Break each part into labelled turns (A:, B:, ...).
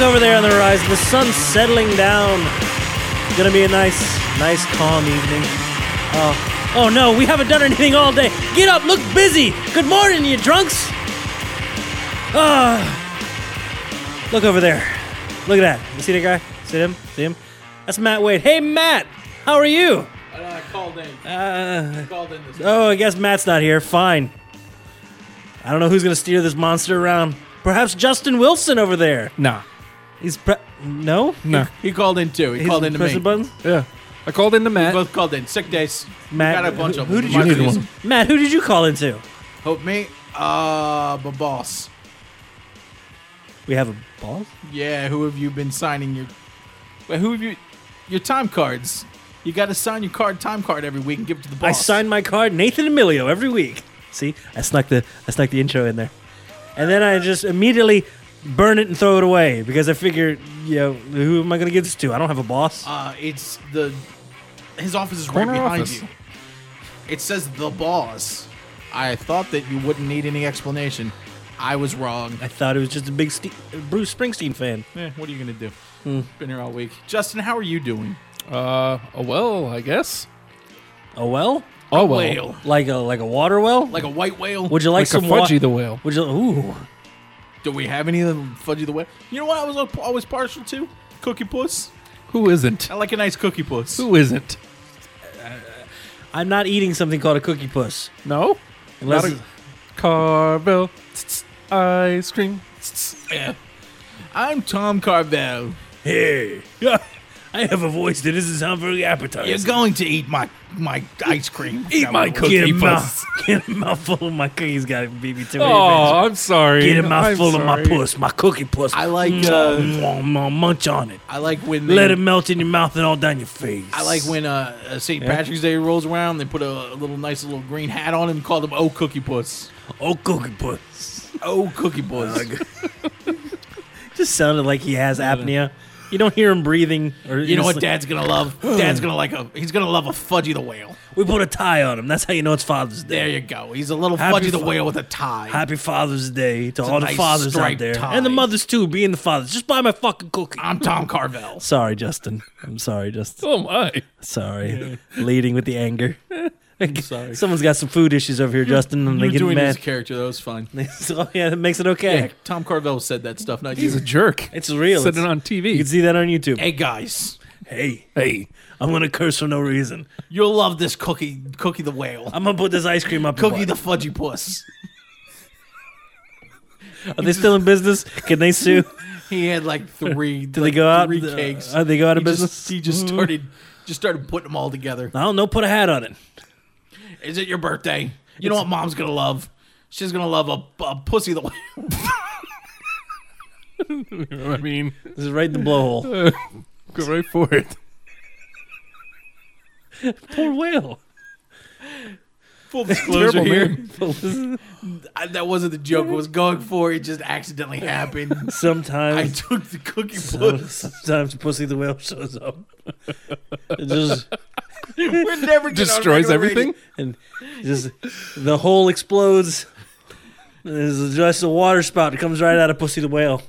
A: over there on the horizon. The sun's settling down. Gonna be a nice, nice calm evening. Oh, oh no, we haven't done anything all day. Get up, look busy. Good morning, you drunks. Ah, look over there. Look at that. You see that guy? See him? See him? That's Matt Wade. Hey, Matt. How are you?
B: And I called in.
A: Uh,
B: Called in this.
A: Oh, I guess Matt's not here. Fine. I don't know who's gonna steer this monster around. Perhaps Justin Wilson over there.
B: Nah.
A: He's pre- no,
C: No.
B: He called in too. He
A: He's
B: called in to
A: pressing
B: me.
A: buttons.
C: Yeah. I called into Matt.
B: Both called in. Sick days. We
A: Matt,
B: got a bunch
A: who-
B: of
A: who
B: them.
A: did you
B: My
C: need
B: reason.
C: one?
A: Matt, who did you call into?
B: Hope me. Uh, the boss.
A: We have a ball.
B: Yeah. Who have you been signing your? Wait, who have you? Your time cards. You got to sign your card time card every week and give it to the boss.
A: I sign my card, Nathan Emilio, every week. See, I snuck the I snuck the intro in there, and then I just immediately burn it and throw it away because I figure, you know, who am I going to give this to? I don't have a boss.
B: Uh, it's the. His office is
C: Corner
B: right behind
C: office.
B: you. It says the boss. I thought that you wouldn't need any explanation. I was wrong.
A: I thought it was just a big Ste- Bruce Springsteen fan.
B: Eh, what are you gonna do? Been here all week. Justin, how are you doing?
C: Uh, oh, well, I guess.
A: A well,
C: Oh, well.
B: Whale.
A: like a like a water well.
B: Like a white whale?
A: would you like,
C: Like,
A: some
C: a
A: wa-
C: Fudgy the Whale.
A: Would you? Ooh,
B: Do we have any of the Fudgy the Whale? You know what I was al- always partial to? Cookie puss.
C: Who isn't?
B: I like a nice cookie puss.
C: Who isn't?
A: I'm not eating something called a cookie puss.
C: No?
A: Unless
C: Not a- Carvel. Tss, tss, Ice cream.
B: Yeah. I'm Tom Carvel.
A: hey, I have a voice that isn't sound very appetizing.
B: You're going to eat my my ice cream.
C: Eat my
B: Now,
C: cookie
A: Get a,
C: puss.
A: mouth, get a mouthful of my cookies, got it, baby. Too
C: Oh, I'm sorry.
A: Get a mouthful
C: I'm
A: of my
C: sorry.
A: puss, my cookie puss.
B: I like,
A: Mwah,
B: uh,
A: mwah, mwah, munch on it.
B: I like when they,
A: Let it melt in your mouth and all down your face.
B: I like when uh, uh, St. Patrick's Day rolls around. They put a, a little nice little green hat on him and call him Oh Cookie Puss.
A: oh cookie puss.
B: Oh Cookie Puss.
A: Just sounded like he has apnea. You don't hear him breathing. Or
B: you know what
A: it's like-
B: Dad's gonna love? Dad's gonna like a. He's gonna love a Fudgy the Whale.
A: We put a tie on him. That's how you know it's Father's Day.
B: There you go. He's a little
A: Happy
B: Fudgy the
A: fa-
B: Whale with a tie.
A: Happy Father's Day to
B: a
A: all the
B: nice
A: fathers out
B: striped
A: there
B: tie.
A: and the mothers too. Being the fathers, just buy my fucking cookie.
B: I'm Tom Carvel.
A: sorry, Justin. I'm sorry, Justin.
C: Oh, my.
A: Sorry. Leading with the anger. Someone's got some food issues over here, Justin, and they
B: You're
A: get
B: doing his
A: mad.
B: character. That was fine.
A: so, Oh, yeah, that makes it okay.
B: Yeah, Tom Carvel said that stuff. Not
C: He's a
B: you.
C: jerk.
A: It's real.
C: Said it
A: It's-
C: on
A: You can
C: TV.
A: see that on YouTube.
B: Hey guys,
A: Hey, hey, I'm gonna curse for no reason.
B: you'll love this cookie. Cookie the Whale.
A: I'm gonna put this ice cream up. your
B: Cookie the
A: butt.
B: Fudgy Puss.
A: Are they still in business? Can they sue?
B: He had like three.
A: Do they go out?
B: Three cakes.
A: Uh, they go out
B: he
A: of business? Mm-hmm.
B: Just, he just started. Just started putting them all together.
A: I don't know. Put a hat on it.
B: Is it your birthday? You know what mom's gonna love? She's gonna love a, a pussy the whale.
C: I mean,
A: This is right in the blowhole.
C: go right for it.
A: Poor whale.
B: Full disclosure
C: Terrible
B: here.
C: man.
B: I, that wasn't the joke I was going for. It just accidentally happened. I
A: Sometimes,
B: took the cookie puss.
A: sometimes pussy the whale shows up. It just
B: We're never gonna-
C: Destroys
B: we're never gonna read
C: everything.
B: it.
A: and just the hole explodes. There's just a water spout that comes right out of Pussy the Whale.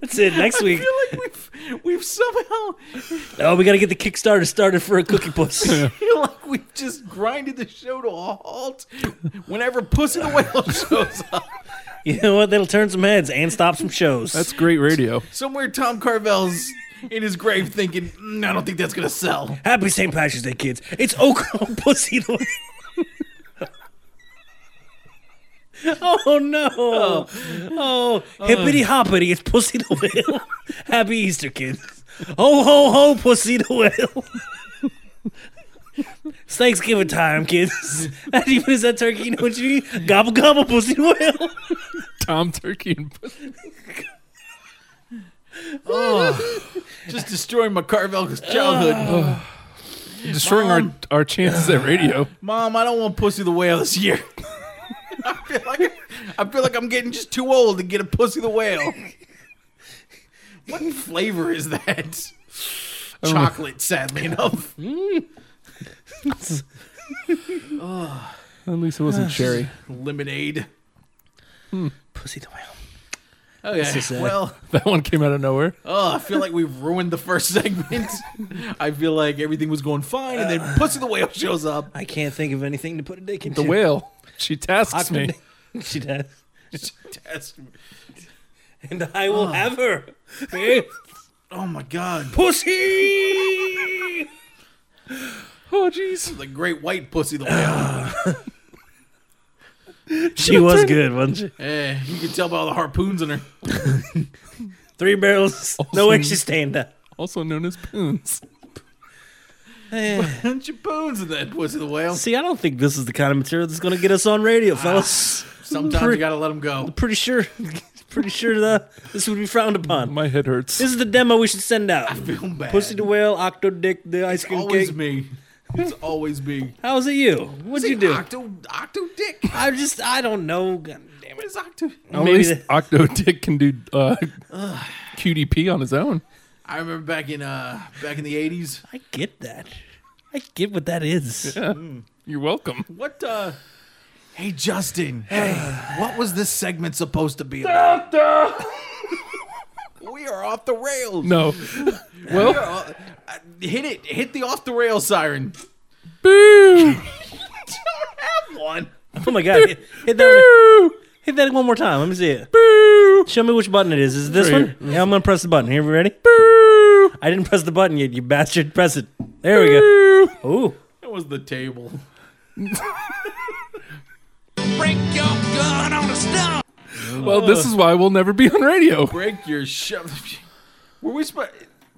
A: That's it. Next week,
B: I feel like we've we've somehow
A: oh, we gotta get the Kickstarter started for a cookie puss.
B: I feel like we've just grinded the show to a halt. Whenever pussy the whale shows up,
A: you know what? That'll turn some heads and stop some shows.
C: That's great radio.
B: somewhere Tom Carvel's in his grave thinking, mm, I don't think that's gonna sell.
A: Happy St. Patrick's Day, kids. It's Oklahoma Pussy the Whale. Oh no! Oh, hippity hoppity! It's Pussy the Whale. Happy Easter, kids. Ho ho ho! Pussy the Whale. It's Thanksgiving time, kids. How do you miss that turkey? You know what you eat? Gobble gobble, Pussy the Whale.
C: Tom Turkey and Pussy.
B: Just destroying my Carvel's childhood.
C: Destroying our, our chances at radio.
B: Mom, I don't want pussy the whale this year. I feel like I feel like I'm getting just too old to get a pussy the whale. What flavor is that?
C: Oh.
B: Chocolate, sadly enough.
C: At least it wasn't Sherry.
B: Lemonade.
A: Pussy the Whale.
B: Okay.
A: so sad.
B: well,
C: That one came out of nowhere.
B: oh, I feel like we've ruined the first segment. I feel like everything was going fine, and
A: Uh.
B: then Pussy the Whale shows up.
A: I can't think of anything to put a dick into.
C: The whale. She tasks
A: Hockman.
C: me.
A: she does.
B: That's-
A: And I
C: Oh.
A: will have her. Eh,
B: Oh my God.
A: Pussy!
C: Oh, jeez.
B: The great white Pussy the
A: Uh.
B: Whale.
A: she was good, wasn't she?
B: Eh, you can tell by all the harpoons in her.
A: Three barrels. No way she's staying up.
C: Also known as poons.
B: Bunch of poons in that Pussy the Whale.
A: See, I don't think this is the kind of material that's going to get us on radio, fellas.
B: Sometimes you gotta let them go.
A: Pretty sure, pretty sure that this would be frowned upon.
C: My head hurts.
A: This is the demo we should send out.
B: Feel bad.
A: Pussy the whale, octo dick, the ice cream
B: always
A: cake.
B: me. It's always me.
A: How was it you? What'd you do?
B: Octo, octo dick.
A: I just, I don't know. God damn it.
B: What is octo?
C: At
A: Maybe
C: least
A: the-
C: Octo Dick can do uh, QDP on his own.
B: I remember back in uh back in the eighties.
A: I get that. I get what that is.
C: Yeah. You're welcome.
B: What? uh Hey Justin. Hey, what was this segment supposed to be? About? we are off the rails.
C: No. well,
B: Uh, uh, hit it! Hit the off the rail siren.
C: boo.
B: Don't have one.
A: Oh my god! Hit, hit that! One,
C: Boo.
A: hit that one more time. Let me see it.
C: Boo.
A: Show me which button it is. Is it this
C: Right
A: one? Yeah, I'm gonna press the button. Here, we ready?
C: Boo.
A: I didn't press the button yet. You bastard! Press it. There we go.
C: Boo.
A: Ooh.
B: That was the table.
C: Well, this is why we'll never be on radio.
B: Break your shove. Were we supposed?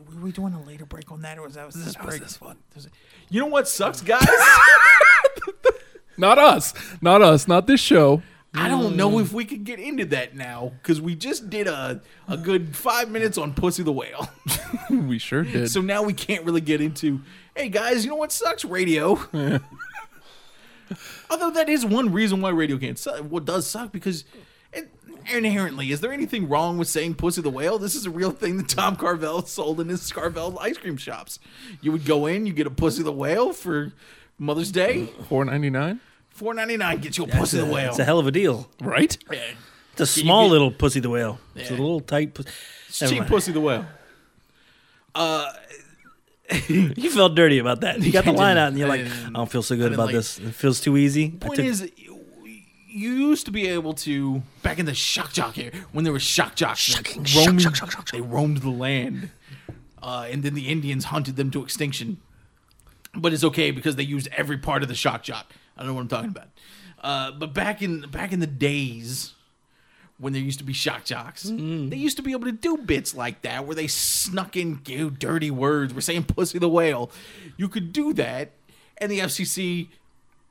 D: Were we doing a later break on that, or was that was this break? this one?
B: You know what sucks, guys?
C: Not us. Not us. Not this show.
B: I don't know if we could get into that now because we just did a a good five minutes on Pussy the Whale.
C: We sure did.
B: So now we can't really get into, hey guys, you know what sucks? Radio. Although that is one reason why radio can't suck. What does suck because it, inherently, is there anything wrong with saying pussy the whale? This is a real thing that Tom Carvel sold in his Carvel ice cream shops. You would go in, you get a pussy the whale for Mother's Day,
C: Four ninety nine.
B: four ninety nine gets you a pussy the whale.
A: It's a hell of a deal.
C: Right?
B: Yeah.
A: It's a small
B: get-
A: little pussy the whale. It's a
B: Yeah.
A: little tight. Pus- Never
B: Cheap
A: mind.
B: pussy the whale.
A: You felt dirty about that. You got the
B: I
A: line
B: didn't.
A: out, and you're
B: I
A: like, I
B: didn't.
A: don't feel so good
B: didn't
A: about
B: like-
A: this. It feels too easy. I
B: Point
A: took-
B: is, you you used to be able to back in the shock jock era when there was shock jocks. Shocking, roaming,
D: shock, shock, shock, shock.
B: They roamed the land, uh, and then the Indians hunted them to extinction. But it's okay because they used every part of the shock jock. I don't know what I'm talking about. Uh, but back in back in the days when there used to be shock jocks, they used to be able to do bits like that where they snuck in ew, dirty words. We're saying pussy the whale. You could do that, and the FCC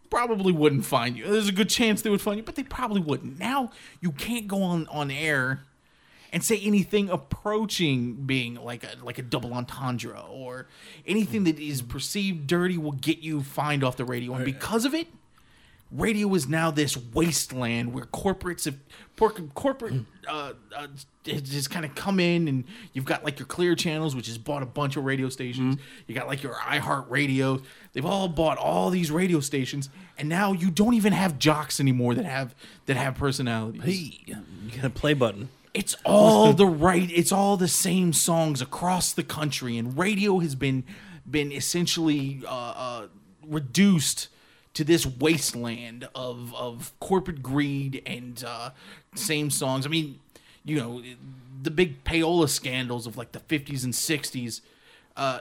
B: probably wouldn't find you. There's a good chance they would find you, but they probably wouldn't. Now you can't go on on air and say anything approaching being like a like a double entendre or anything that is perceived dirty will get you fined off the radio. And because of it, radio is now this wasteland where corporates have por- corporate uh, uh, has just kind of come in and you've got like your clear channels which has bought a bunch of radio stations you got like your iheart radio they've all bought all these radio stations and now you don't even have jocks anymore that have that have personalities
A: you got a play button.
B: it's all the right. It's all the same songs across the country, and radio has been been essentially uh, uh, reduced to this wasteland of of corporate greed and uh, same songs. I mean, you know, the big payola scandals of like the fifties and sixties. Uh,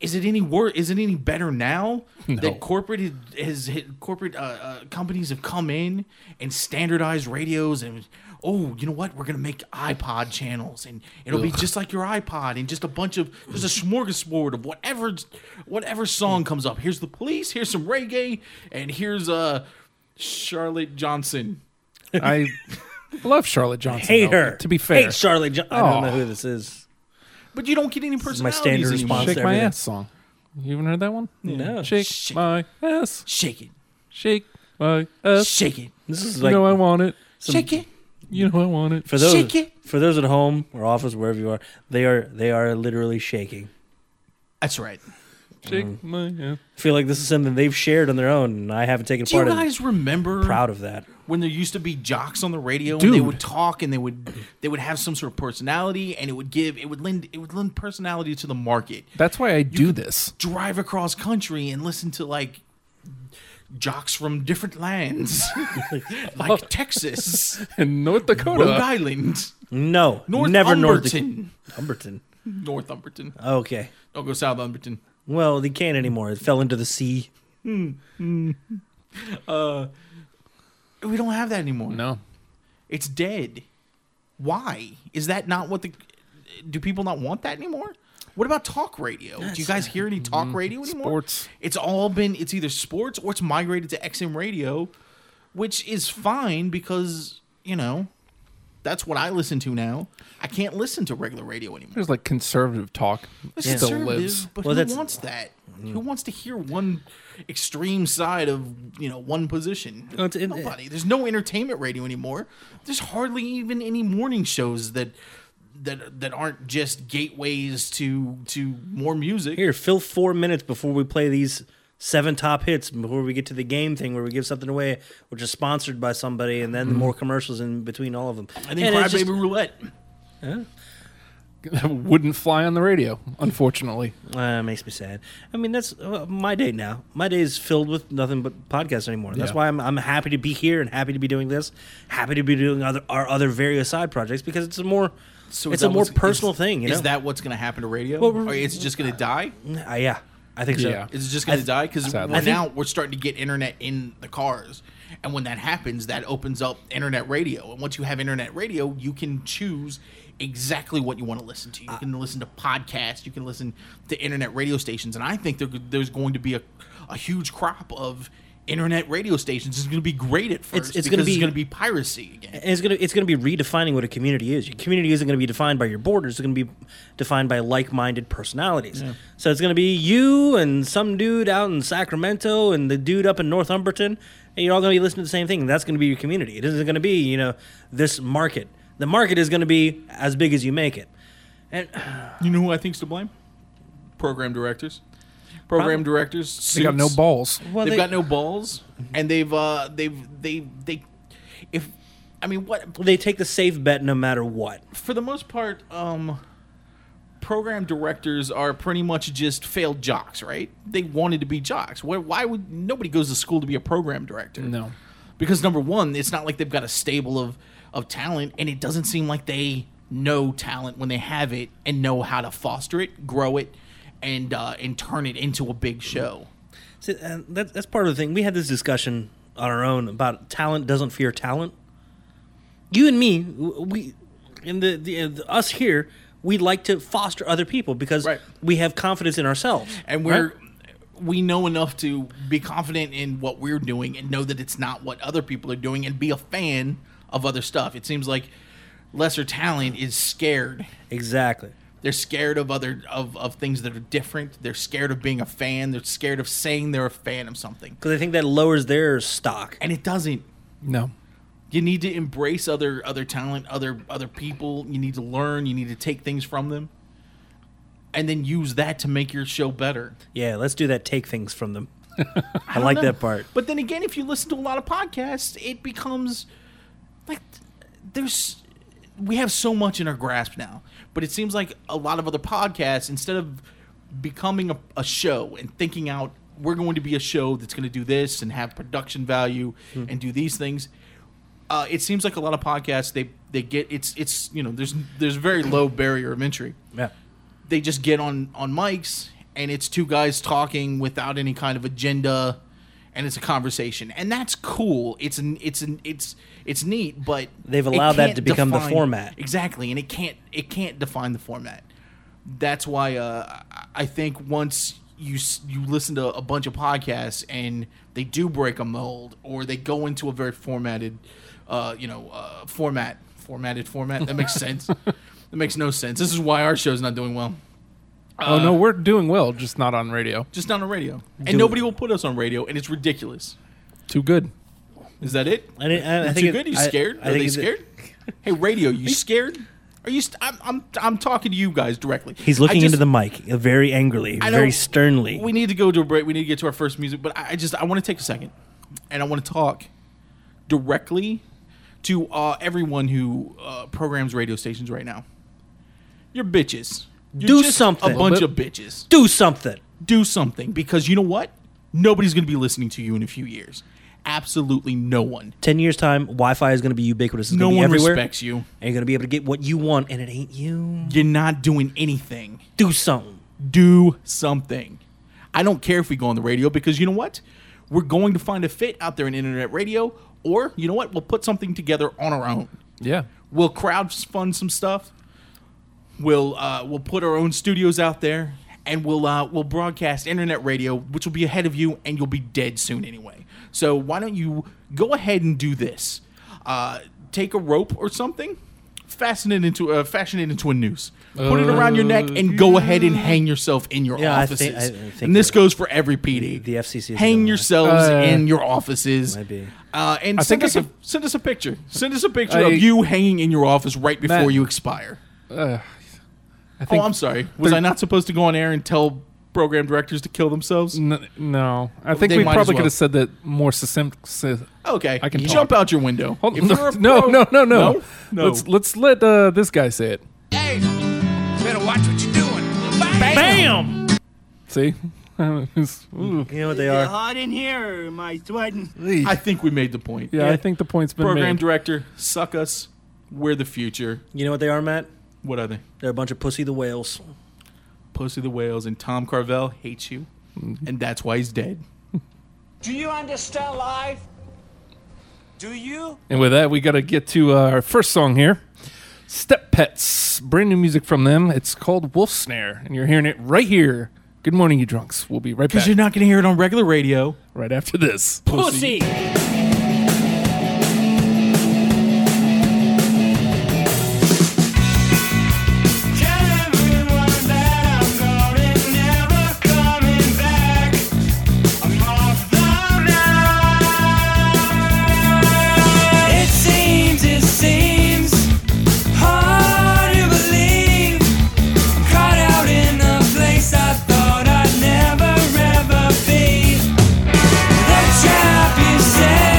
B: is it any wor Is it any better now that corporate has- has hit, corporate uh, uh, companies have come in and standardized radios and oh you know what we're gonna make iPod channels and it'll be just like your iPod and just a bunch of there's a smorgasbord of whatever whatever song comes up. Here's the police. Here's some reggae and here's uh Charlotte Johnson.
C: I love Charlotte Johnson.
A: Hate
C: though,
A: her.
C: To be fair.
A: hate Charlotte. Jo- I don't
C: Aw.
A: know who this is.
B: But you don't get any personalities
A: is my standard
B: anymore.
A: response.
C: Shake my
A: Everything.
C: ass song. You haven't heard that one?
A: No.
C: Shake
B: Shake-
C: my ass.
B: Shake it,
C: Shake my ass.
B: shake it,
A: This is
C: You
A: like
C: know I want it.
B: shake it.
C: You know I want it.
A: for those
B: shake it.
A: for those at home or office wherever you are. They are they are literally shaking.
B: That's right.
C: Shake my hand.
A: I feel like this is something they've shared on their own, and I haven't taken
B: Do you
A: part in.
B: guys remember
A: Proud of that.
B: when there used to be jocks on the radio and they
C: Dude.
B: would talk and they would they would have some sort of personality and it would give it would lend it would lend personality to the market.
C: That's why I do this.
B: Drive across country and listen to like jocks from different lands like Texas,
C: In North Dakota.
B: Rhode Island,
A: No,
B: North
A: never North Dakota.
B: Umberton,
A: Umberton.
B: Northumberton.
A: Okay.
B: Don't go South Umberton.
A: Well, they can't anymore. It fell into the sea.
B: We don't have that anymore.
C: No.
B: It's dead. Why? Is that not what the do people not want that anymore? What about talk radio? do you guys hear any talk radio anymore?
C: Sports.
B: It's all been it's either sports or it's migrated to XM radio, which is fine because, you know, that's what I listen to now. I can't listen to regular radio anymore.
C: There's like conservative talk.
B: It's
C: Still
B: conservative,
C: lives.
B: but
A: Well,
B: who
A: that's-
B: wants that? Who wants to hear one extreme side of you know one position?
A: Oh, it's- it-
B: Nobody. There's no entertainment radio anymore. There's hardly even any morning shows that that that aren't just gateways to to more music.
A: Here, fill four minutes before we play these seven top hits before we get to the game thing where we give something away, which is sponsored by somebody, and then more commercials in between all of them.
B: Mm-hmm. I think
A: And
B: Crybaby
A: it's just-
B: Roulette.
C: Wouldn't fly on the radio, unfortunately.
A: Uh, it makes me sad. I mean, that's uh, my day now. My day is filled with nothing but podcasts anymore. That's
C: Yeah.
A: why I'm, I'm happy to be here and happy to be doing this. Happy to be doing other our other various side projects because it's a more
B: So is
A: it's a
B: that
A: more
B: what's-
A: personal
B: is-
A: thing. You
B: is
A: know?
B: that what's going to happen to radio?
A: Well, we're-
B: or it's just going to die?
A: Uh, yeah, I think so.
C: Yeah.
B: Is it just going to die? Because
C: Sadly. I think-
B: now we're starting to get internet in the cars, and when that happens, that opens up internet radio. And once you have internet radio, you can choose exactly what you want to listen to. You can listen to podcasts. You can listen to internet radio stations. And I think there, there's going to be a, a huge crop of internet radio stations. It's going to be great at first.
A: it's gonna
B: because
A: be-
B: it's going to be piracy again.
A: And it's gonna it's gonna be redefining what a community is. Your community isn't gonna be defined by your borders. It's gonna be defined by like minded personalities. So it's gonna be you and some dude out in Sacramento and the dude up in Northumberton, and you're all gonna be listening to the same thing. That's gonna be your community. It isn't gonna be you know this market. The market is gonna be as big as you make it. And
B: You know who I think's to blame? Program directors. Program directors.
C: They got no
B: suits.
C: balls.
A: well,
B: they've
A: they-
B: got no balls, and they've uh, they've they they if I mean what
A: they take the safe bet no matter what.
B: for the most part um program directors are pretty much just failed jocks, right? They wanted to be jocks. Why, why would nobody goes to school to be a program director?
C: No.
B: because number one, it's not like they've got a stable of of talent, and it doesn't seem like they know talent when they have it and know how to foster it, grow it, and uh, and turn it into a big show.
A: See, and that, that's part of the thing. We had this discussion on our own about talent doesn't fear talent. You and me, w- we, and the, the, uh, the us here, we like to foster other people because
B: Right.
A: we have confidence in ourselves.
B: and we're we know enough to be confident in what we're doing and know that it's not what other people are doing and be a fan of other stuff. It seems like lesser talent is scared.
A: Exactly.
B: They're scared of other of, of things that are different. They're scared of being a fan. They're scared of saying they're a fan of something.
A: Because I think that lowers their stock.
B: And it doesn't.
C: No.
B: You need to embrace other other talent, other other people. You need to learn, you need to take things from them. And then use that to make your show better.
A: Yeah, let's do that. Take things from them. I, like
B: don't know.
A: that part.
B: But then again, if you listen to a lot of podcasts, it becomes like there's we have so much in our grasp now. But it seems like a lot of other podcasts, instead of becoming a, a show and thinking out we're going to be a show that's going to do this and have production value
A: Hmm.
B: and do these things. Uh, it seems like a lot of podcasts they they get it's it's you know there's there's very low barrier of entry
A: Yeah.
B: they just get on on mics and it's two guys talking without any kind of agenda and it's a conversation and that's cool it's an it's an it's it's neat but
A: They've
B: it
A: allowed that
B: can't
A: to become the
B: define-
A: format.
B: exactly and it can't it can't define the format that's why uh, I- i think once you s- you listen to a bunch of podcasts and they do break a mold or they go into a very formatted uh, you know uh, format formatted format that makes sense that makes no sense this is why our show's not doing well
C: oh,
B: Uh,
C: no, we're doing well, just not on radio.
B: just not on radio. And nobody will put us on radio, and it's ridiculous.
C: Too good.
B: Is that it?
A: I, didn't- I, I
B: That's
A: think
B: you
A: it-
B: good? You
A: I-
B: scared?
A: I
B: Are
A: think
B: they
A: it's-
B: scared? hey, radio, you scared? Are you? St- I'm, I'm I'm talking to you guys directly.
A: He's
B: I
A: looking
B: just-
A: into the mic uh, very angrily,
B: I know-
A: very sternly.
B: We need to go to a break. We need to get to our first music, but I I just I want to take a second and I want to talk directly to uh, everyone who uh, programs radio stations right now. You're bitches. You're
A: Do
B: just
A: something.
B: A bunch
C: But-
B: of bitches.
A: Do something.
B: Do something because you know what? Nobody's going to be listening to you in a few years. Absolutely no one.
A: Ten years time, Wi-Fi is going to be ubiquitous. It's going
B: No
A: to be
B: one
A: everywhere,
B: respects you.
A: and you're going to be able to get what you want, and it ain't you.
B: You're not doing anything.
A: Do something.
B: do something. I don't care if we go on the radio because you know what? We're going to find a fit out there in internet radio, or you know what? We'll put something together on our own.
C: Yeah.
B: We'll crowdfund some stuff. We'll uh, we'll put our own studios out there, and we'll uh, we'll broadcast internet radio, which will be ahead of you, and you'll be dead soon anyway. So why don't you go ahead and do this? Uh, take a rope or something, fasten it into uh, fashion it into a noose, put it around your neck, and go ahead and hang yourself in your
A: Yeah, I
B: offices.
A: think- I- I think
B: and this
A: you're-
B: goes for every PD.
A: the FCC is
B: hang
A: gonna-
B: yourselves
C: Uh,
B: in your offices.
A: Might be.
B: Uh, and
C: I
B: send
C: think I
B: us, a,
C: could-
B: send us a picture. Send us a picture
C: I-
B: of you hanging in your office right before
C: Matt-
B: you expire.
C: Uh, I think
B: Oh, I'm sorry. Was
C: thir-
B: I not supposed to go on air and tell program directors to kill themselves?
C: N- no, I think
B: They
C: we
B: might as
C: probably
B: well.
C: could have said that more succinct. si-
B: Okay,
C: I can
B: jump out your window.
C: Hold,
B: If you're
C: no,
B: a
C: Oh, no,
B: pro-
C: no, no, no,
B: no, no.
C: Let's let's let uh, this guy say it.
E: Hey, better watch what you're doing. Bang!
A: Bam.
C: See, It's- ooh.
B: Mm,
A: You know what they are.
F: hot in here, or am I sweating?
B: I think we made the point.
C: yeah, I think the point's been
B: program
C: made.
B: director, suck us. We're the future.
A: You know what they are, Matt.
B: What are they?
A: They're a bunch of pussy the whales.
B: Pussy the whales and Tom Carvel hates you,
C: Mm-hmm.
B: and that's why he's dead.
E: Do you understand life? Do you?
C: and with that, we got to get to uh, our first song here. Step Pets, brand new music from them. It's called Wolf Snare, and you're hearing it right here. Good morning, you drunks. We'll be right back.
B: Because you're not going to hear it on regular radio.
C: right after this.
A: Pussy.
E: Tell everyone that I'm going, never coming back. I'm off the map. It seems, it seems hard to believe. I'm caught out in a place I thought I'd never ever be. The trap you set.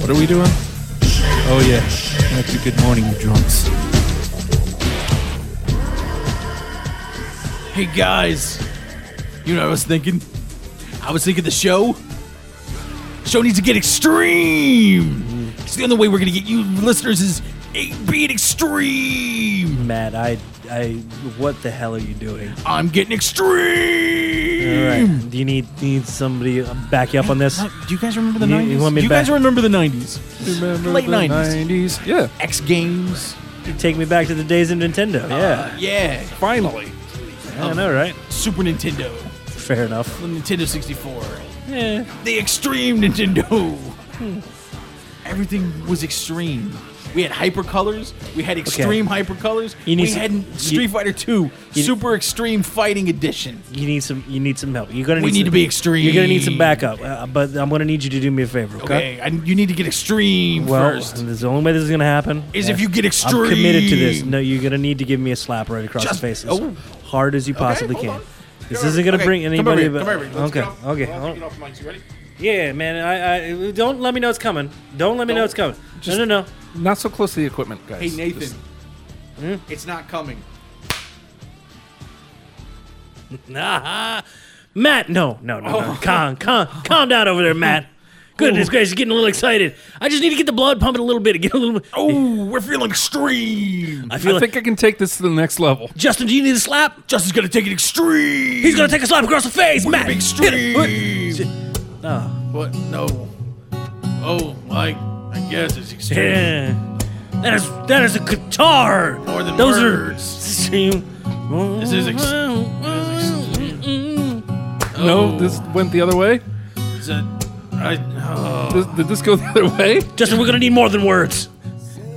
C: What are we doing? Oh yeah, that's a good morning, you drunks.
B: Hey guys, you know what I was thinking? I was thinking the show. Show needs to get extreme. It's the only way we're gonna get you listeners is eh, being extreme.
A: Matt, I, I, what the hell are you doing?
B: I'm getting
A: All
B: extreme.
A: right, do you need need somebody to back you up on this?
B: Do you guys remember the
A: You-
B: 90s?
A: you want me
B: Do you
A: back?
B: guys remember the 90s?
C: Remember
B: Late
C: the
B: 90s.
C: 90s. Yeah,
B: X Games.
A: Take me back to the days of Nintendo. Yeah,
B: Yeah.
C: finally.
A: I know, right?
B: Super Nintendo.
A: Fair enough.
B: The Nintendo 64.
A: Yeah. Hmm.
B: the extreme Nintendo. Everything was extreme. We had hyper colors. We had extreme hyper colors.
A: You need
B: we
A: to-
B: had
A: you-
B: Street Fighter Two
A: you-
B: Super Extreme Fighting Edition.
A: You need some. You need some help. You're gonna. Need
B: We need
A: some-
B: to be extreme.
A: You're gonna need some backup, uh, but I'm gonna need you to do me a favor. Okay.
B: Okay, and you need to get extreme
A: Well,
B: first.
A: there's the only way this is gonna happen
B: Is
A: yeah.
B: if you
A: I'm
B: get extreme.
A: committed to this. No, you're gonna need to give me a slap right across
B: Just-
A: the face, as
B: oh.
A: hard as you possibly
B: hold
A: can.
B: on.
A: This
B: Come
A: isn't
B: over-
A: gonna
B: okay,
A: bring
B: come
A: anybody.
B: over here, come
A: but-
B: over here. Let's
A: okay,
B: get off-
A: okay. hold- Yeah, man. I, I don't let me know it's coming. Don't let me know it's coming.
C: Just-
A: no, no, no.
C: Not so close to the equipment, guys.
B: Hey Nathan,
C: Just-
A: Hmm?
B: it's not coming.
A: Nah, Matt, no, no, no,
B: Oh.
A: no. Calm, calm, calm down over there, Matt. Goodness gracious, you're getting a little excited. I just need to get the blood pumping a little bit. Get a little.
B: Oh, we're feeling extreme.
A: I feel
C: I
A: like
C: think I can take this to the next level.
A: Justin. Do you need a slap?
B: Justin's gonna take it extreme.
A: He's gonna take a slap across the face, Matt.
B: Big
A: Hit him.
B: stream.
A: Oh.
B: What? No. Oh, I, I guess it's extreme.
A: Yeah. That is that is a guitar.
B: More than
A: Those
B: words.
A: are. This
B: is ex-
C: No, this went the other way.
B: Is it- I, oh.
C: This, did this go the other way?
A: Justin, we're gonna need more than words.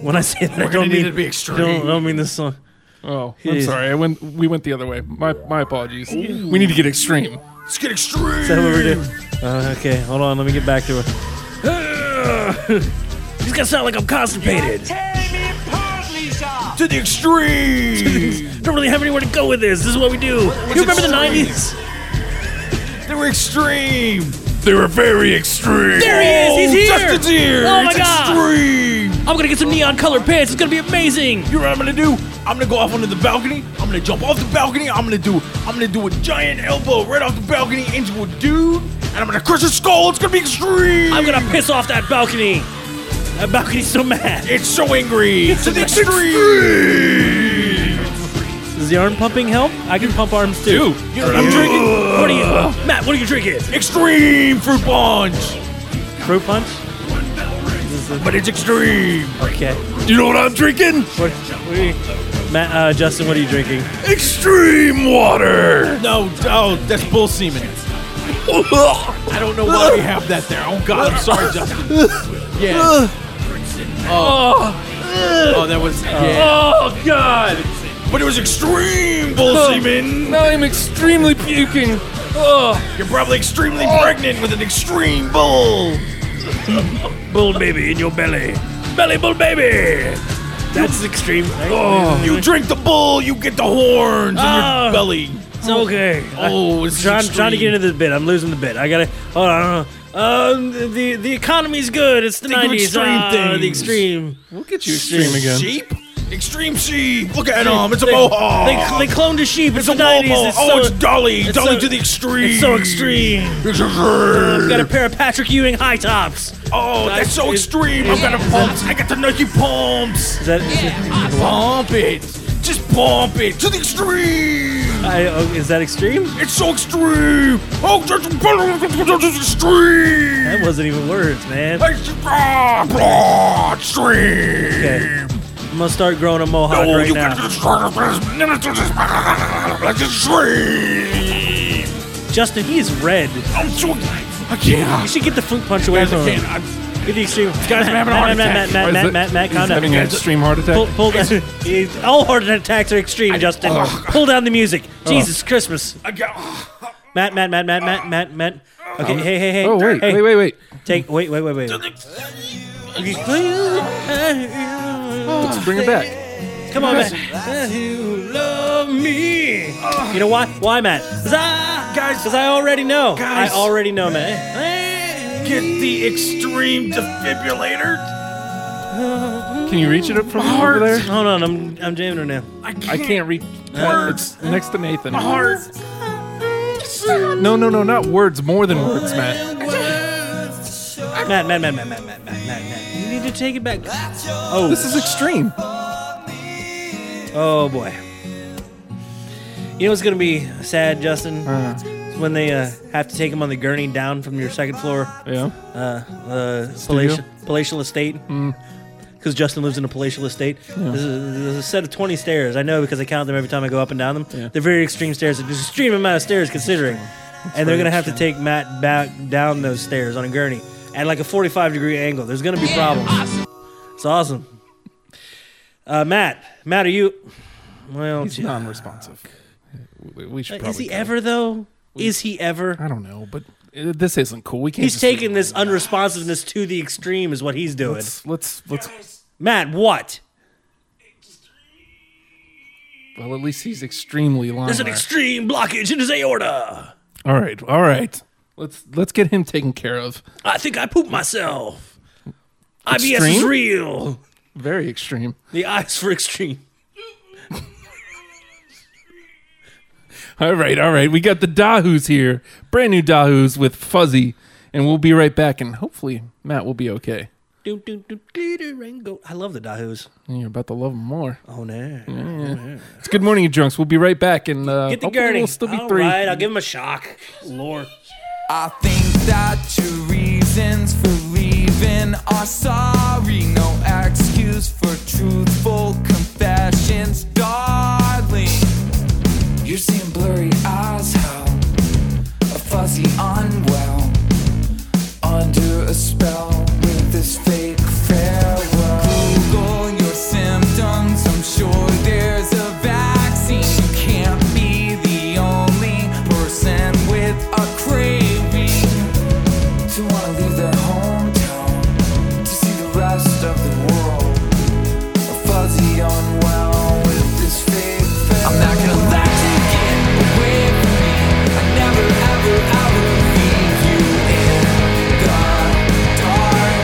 A: When I say that, I
B: We're gonna
A: don't
B: need
A: mean
B: to
A: I
B: be
A: don't, I
B: extreme.
A: don't mean this song.
C: Oh, I'm
A: Jeez.
C: sorry. I went. We went the other way. My my apologies. We need to get extreme.
B: Let's get extreme.
A: Is that what we're doing? Uh, okay, hold on. Let me get back to it. He's gonna sound like I'm constipated.
B: To the extreme.
A: Don't really have anywhere to go with this. This is what we do. you remember the '90s?
B: they were extreme. They were very extreme.
A: There he is. He's here.
B: Oh, Justin's here.
A: Oh my
B: it's
A: God.
B: Extreme.
A: I'm gonna get some neon colored pants. It's gonna be amazing.
B: You know what I'm gonna do? I'm gonna go off onto the balcony. I'm gonna jump off the balcony. I'm gonna do. I'm gonna do a giant elbow right off the balcony into a dude, and I'm gonna crush his skull. It's gonna be extreme.
A: I'm gonna piss off that balcony. That balcony's so mad.
B: It's so angry. It's to the extreme.
A: Does the arm pumping help? I can pump arms too.
B: You know what I'm drinking?
A: What are you, Matt? What are you drinking?
B: Extreme fruit punch.
A: Fruit punch.
B: But it's extreme.
A: Okay.
B: You know what I'm drinking?
A: What, what are you, Matt, uh, Justin, what are you drinking?
B: Extreme water. No, oh, that's bull semen. I don't know why we have that there. Oh God, I'm sorry, Justin. Yeah. Oh. Oh, that was. Yeah.
C: Oh God!
B: But it was extreme bull semen.
C: Now I'm extremely puking. Oh,
B: You're probably extremely pregnant with an extreme bull.
A: Bull baby in your belly. Belly bull baby. That's extreme.
C: oh.
B: You drink the bull, you get the horns in
A: Ah.
B: your belly.
A: It's okay.
B: Oh, it's
A: Trying,
B: extreme.
A: trying to get into this bit. I'm losing the bit. I gotta. Hold on. Um, the the economy's good. It's the
B: Think of
A: 90s.
B: extreme
A: Ah,
B: things.
A: The extreme.
C: We'll get you extreme again.
B: Sheep? Extreme sheep. Look at him. It's a
A: They-
B: mohawk.
A: They, they cloned a sheep. It's,
B: It's a
A: the 90s.
B: Volvo.
A: It's
B: oh,
A: so,
B: it's Dolly.
A: it's
B: Dolly
A: so-
B: to the extreme.
A: it's so extreme.
B: It's extreme.
A: I've got a pair of Patrick Ewing high tops.
B: oh, that's so
A: Is-
B: extreme.
A: is-
B: I've got a pumps. I got the Nike pumps.
A: Is that?
B: Pump it. Just pump it to the extreme.
A: I, oh, is that extreme?
B: It's so extreme. Oh, that's that's extreme.
A: That wasn't even words, man. I'm
B: It's- ah, blah, Extreme.
A: Okay. gonna start growing a mohawk
B: No,
A: right
B: Oh, you
A: now.
B: got to start That's extreme.
A: Justin, he's red.
B: I'm so. I
A: You
B: can't.
A: should get the fruit punch away
B: Guys, I
A: from
B: can't.
A: him.
B: I'm-
A: Get the extreme.
B: guy's having a
A: Matt,
B: heart
A: Matt,
B: attack.
A: Matt, Matt,
C: What is it?
A: Matt, Matt,
C: He's
A: calm down.
C: having an extreme heart attack.
A: Pull, pull down. He's- All heart attacks are extreme, Justin. Pull down the music. Jesus Christmas.
B: I got.
A: Matt, Matt, Matt, Matt, Matt, Matt, Matt. Okay, hey, hey, hey.
C: Oh wait,
A: hey,
C: wait, wait, wait.
A: Take, wait, wait, wait, wait.
C: Let's bring it back.
A: Come on, Matt. You love me. You know why? Why, Matt? Cause I, guys, because I already know.
B: Guys.
A: I already know, Matt.
B: get the extreme defibrillator?
C: Can you reach it up from over there?
A: Hold on, I'm I'm jamming her now.
B: I can't.
C: I can't reach. Uh,
B: Words.
C: It's next to Nathan.
B: Heart.
C: No, no, no, not words. More than words, Matt.
A: Matt, Matt, Matt, Matt, Matt, Matt, Matt, Matt, Matt. You need to take it back. Oh,
C: This is extreme.
A: oh boy. You know what's gonna be sad, Justin? It's when they uh, have to take him on the gurney down from your second floor
C: Yeah.
A: uh, uh, palatial, palatial estate.
C: Mm.
A: Because Justin lives in a palatial estate. There's, a, there's a set of 20 stairs. I know because I count them every time I go up and down them. They're very extreme stairs. There's an extreme amount of stairs considering. and they're
C: very
A: going to have to take Matt back down those stairs on a gurney at like a 45 degree angle. There's going to be problems. It's awesome. Uh, Matt, Matt, are you. Well,
C: He's
A: gee-
C: non-responsive. We, we should
A: is
C: probably
A: he
C: cut
A: ever, though? Is he ever?
C: I don't know, but uh, this isn't cool. We can't.
A: He's
C: just-
A: taking this unresponsiveness to the extreme, is what he's doing.
C: Let's let's let's.
A: Matt, what?
C: Well, at least he's extremely lying.
A: There's an extreme blockage in his aorta.
C: all right, all right. Let's let's get him taken care of.
A: I think I pooped myself. IBS is
C: Extreme?
A: real.
C: Very extreme.
A: The eyes for extreme.
C: All right, all right. We got the Dahus here, brand new Dahus with Fuzzy, and we'll be right back. And hopefully, Matt will be okay.
A: Do, do, do, do, do, Ringo. I love the Dahus.
C: And You're about to love him more.
A: Oh, no.
C: It's Good Morning, You Drunks. We'll be right back, and uh,
A: Get the
C: hopefully
A: gurney.
C: We'll still be
A: All
C: three.
A: right, I'll give him a shock. Lord.
E: I think that your reasons for leaving are sorry. No excuse for truthful confessions, darling. You're seeing blurry eyes, how a fuzzy unwell, under a spell with this fake farewell. Google your symptoms, I'm sure there's a vaccine. You can't be the only person with a craving to wanna leave their hometown to see the rest of the world. A fuzzy unwell with this fake farewell. I'm not gonna let you get away from me. I never, ever, ever leave you in the dark. oh,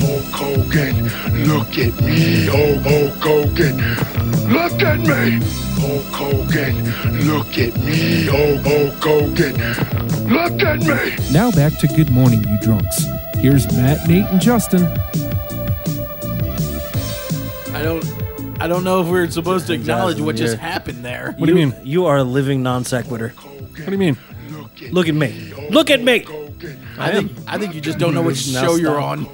E: Oh,
G: Hogan. Look at me, Hulk, Hulk Hogan. Look at me, Hulk Hogan. Look at me, Hulk, Hulk Hogan. Look at me.
C: Now back to Good Morning, You Drunks. Here's Matt, Nate, and Justin.
B: I don't. I don't know if we're supposed to acknowledge what just happened there.
C: What do you mean?
A: You are a living non sequitur.
C: What do you mean?
A: Look at me. Look at me.
B: I think I think you just don't know which show you're on.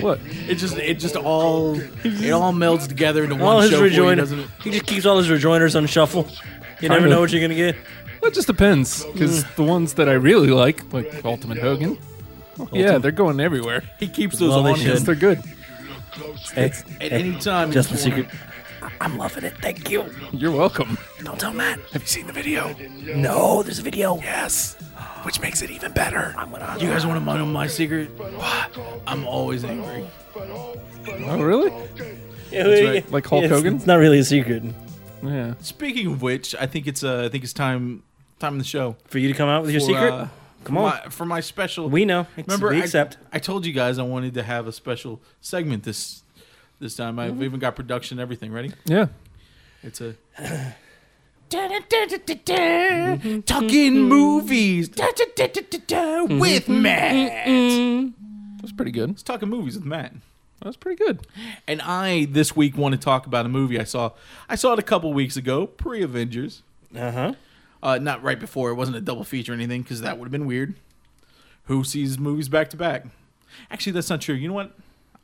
C: What?
B: It just it just all it all melds together into
A: All
B: one
A: his
B: show. for you,
A: rejoiners.
B: doesn't it?
A: He just keeps all his rejoiners on shuffle. You never
C: Kinda.
A: know what you're gonna get.
C: Well, it just depends, because
B: Mm.
C: the ones that I really like, like Ultimate
B: Oh,
C: Hogan, yeah, they're going everywhere.
B: He keeps those
A: Well, they
B: on him
A: should.
C: They're good.
A: Hey,
B: at
A: hey,
B: any time.
A: Just the secret. I'm loving it. Thank you.
C: You're welcome.
A: Don't tell Matt.
C: Have you seen the video?
A: No, there's a video.
C: Yes. Which makes it even better.
B: You guys want to know my secret? I'm always angry.
C: Oh, really?
B: right.
C: Like Hulk
A: It's-
C: Hogan?
A: It's not really a secret
C: Yeah.
B: Speaking of which, I think it's uh, I think it's time time in the show.
A: for you to come out with your
B: for,
A: secret.
B: uh,
A: Come on.
B: for my, for my special.
A: We know. It's-
B: Remember,
A: we
B: I-
A: accept.
B: I, told you guys I wanted to have a special segment this this time. I've
A: Mm-hmm.
B: even got production, and everything ready.
C: Yeah.
B: It's a talking movies Da,
A: Mm-hmm.
B: da, da, da, da, da, with Matt. It's
C: That's pretty good.
B: talking movies with Matt.
C: That's pretty good.
B: And I this week want to talk about a movie I saw. I saw it a couple weeks ago, pre Avengers.
A: Uh-huh.
B: Uh, not right before. It wasn't a double feature or anything because that would have been weird. Who sees movies back to back? Actually, that's not true. You know what?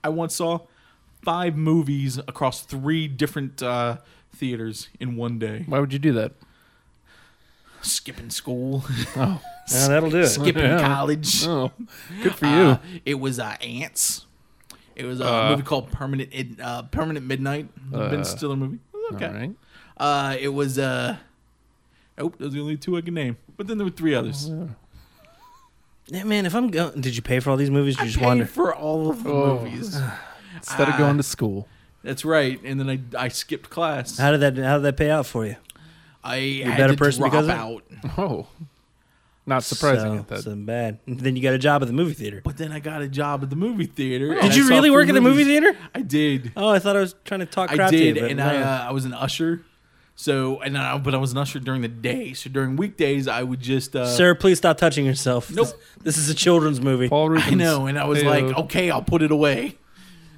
B: I once saw five movies across three different uh, theaters in one day.
C: Why would you do that?
B: Skipping school,
C: Oh.
A: Now that'll do it. Uh-huh.
B: skipping
C: Yeah.
B: college.
C: Oh. Good for you.
B: Uh, it was uh, Ants. It was a
A: Uh.
B: movie called Permanent Id- uh, Permanent Midnight. ben Stiller movie. It was Okay.
C: All right.
B: Uh, it was. Uh, oh, those are the only two I can name. But then there were three others.
A: Uh-huh. Yeah, man, if I'm going, did you pay for all these movies? Or you just Oh.
B: Paid
A: wander.
B: for all of the movies.
C: Instead of going to school.
B: That's right. And then I, I skipped class.
A: How did that? How did that pay out for you?
B: I had
A: better
B: to
A: person
B: drop
A: because of it?
B: out.
C: Oh. Not surprising
A: So,
C: at that.
A: something bad. And then you got a job at the movie theater.
B: But then I got a job at the movie theater. and
A: Did
B: I
A: you
B: saw
A: really
B: three
A: work at the movie
B: movies.
A: theater?
B: I did.
A: Oh, I thought I was trying to talk crap
B: I did,
A: to you. but
B: and
A: no.
B: I uh, I was an usher. So and I but I was an usher during the day. So during weekdays I would just uh,
A: Sir, please stop touching yourself.
B: Nope.
A: This, this is a children's movie.
C: Paul
B: I
C: Rubens.
B: know, and I was
C: Hey-o.
B: like, okay, I'll put it away.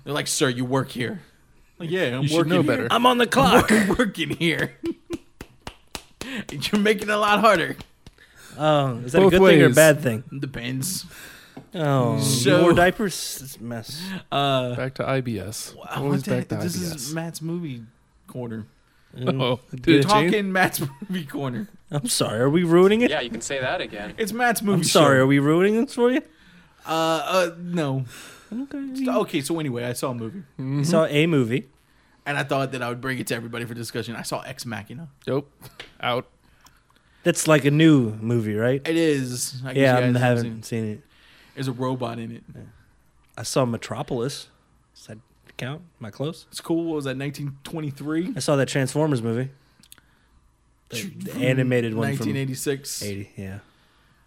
B: They're like, sir, you work here. I'm Like, yeah, I'm
C: You should
B: working
C: know
B: here.
C: better.
A: I'm on the clock.
B: I'm working here. You're making it a lot harder.
A: Oh, is that a
C: Both
A: good thing or a
C: ways.
A: bad thing?
B: Depends.
A: Oh,
B: Mm. So-
A: more diapers. This mess.
B: Uh,
C: Back to IBS.
B: I
C: Always
B: want to-
C: back to
B: this
C: IBS.
B: is Matt's movie corner.
C: oh,
A: Good.
C: did it change?
B: Talking Matt's movie corner.
A: I'm sorry. Are we ruining it?
H: Yeah, you can say that again.
B: It's Matt's movie.
A: I'm sorry.
B: show.
A: Are we ruining this for you?
B: Uh, uh, no.
A: Okay.
B: Okay, so anyway, I saw a movie,
A: You saw a movie.
B: and I thought that I would bring it to everybody for discussion. I saw Ex Machina.
C: Nope. Out.
A: That's like a new movie, right?
B: It is. I guess
A: Yeah,
B: you
A: I
B: guys
A: haven't
B: seen it.
A: seen it.
B: There's a robot in it.
A: I saw Metropolis. Does that count? Am I close?
B: It's cool. What was that? 1923,
A: I saw that Transformers movie. The, the
B: hmm,
A: animated one from
B: 1986.
A: 80. Yeah.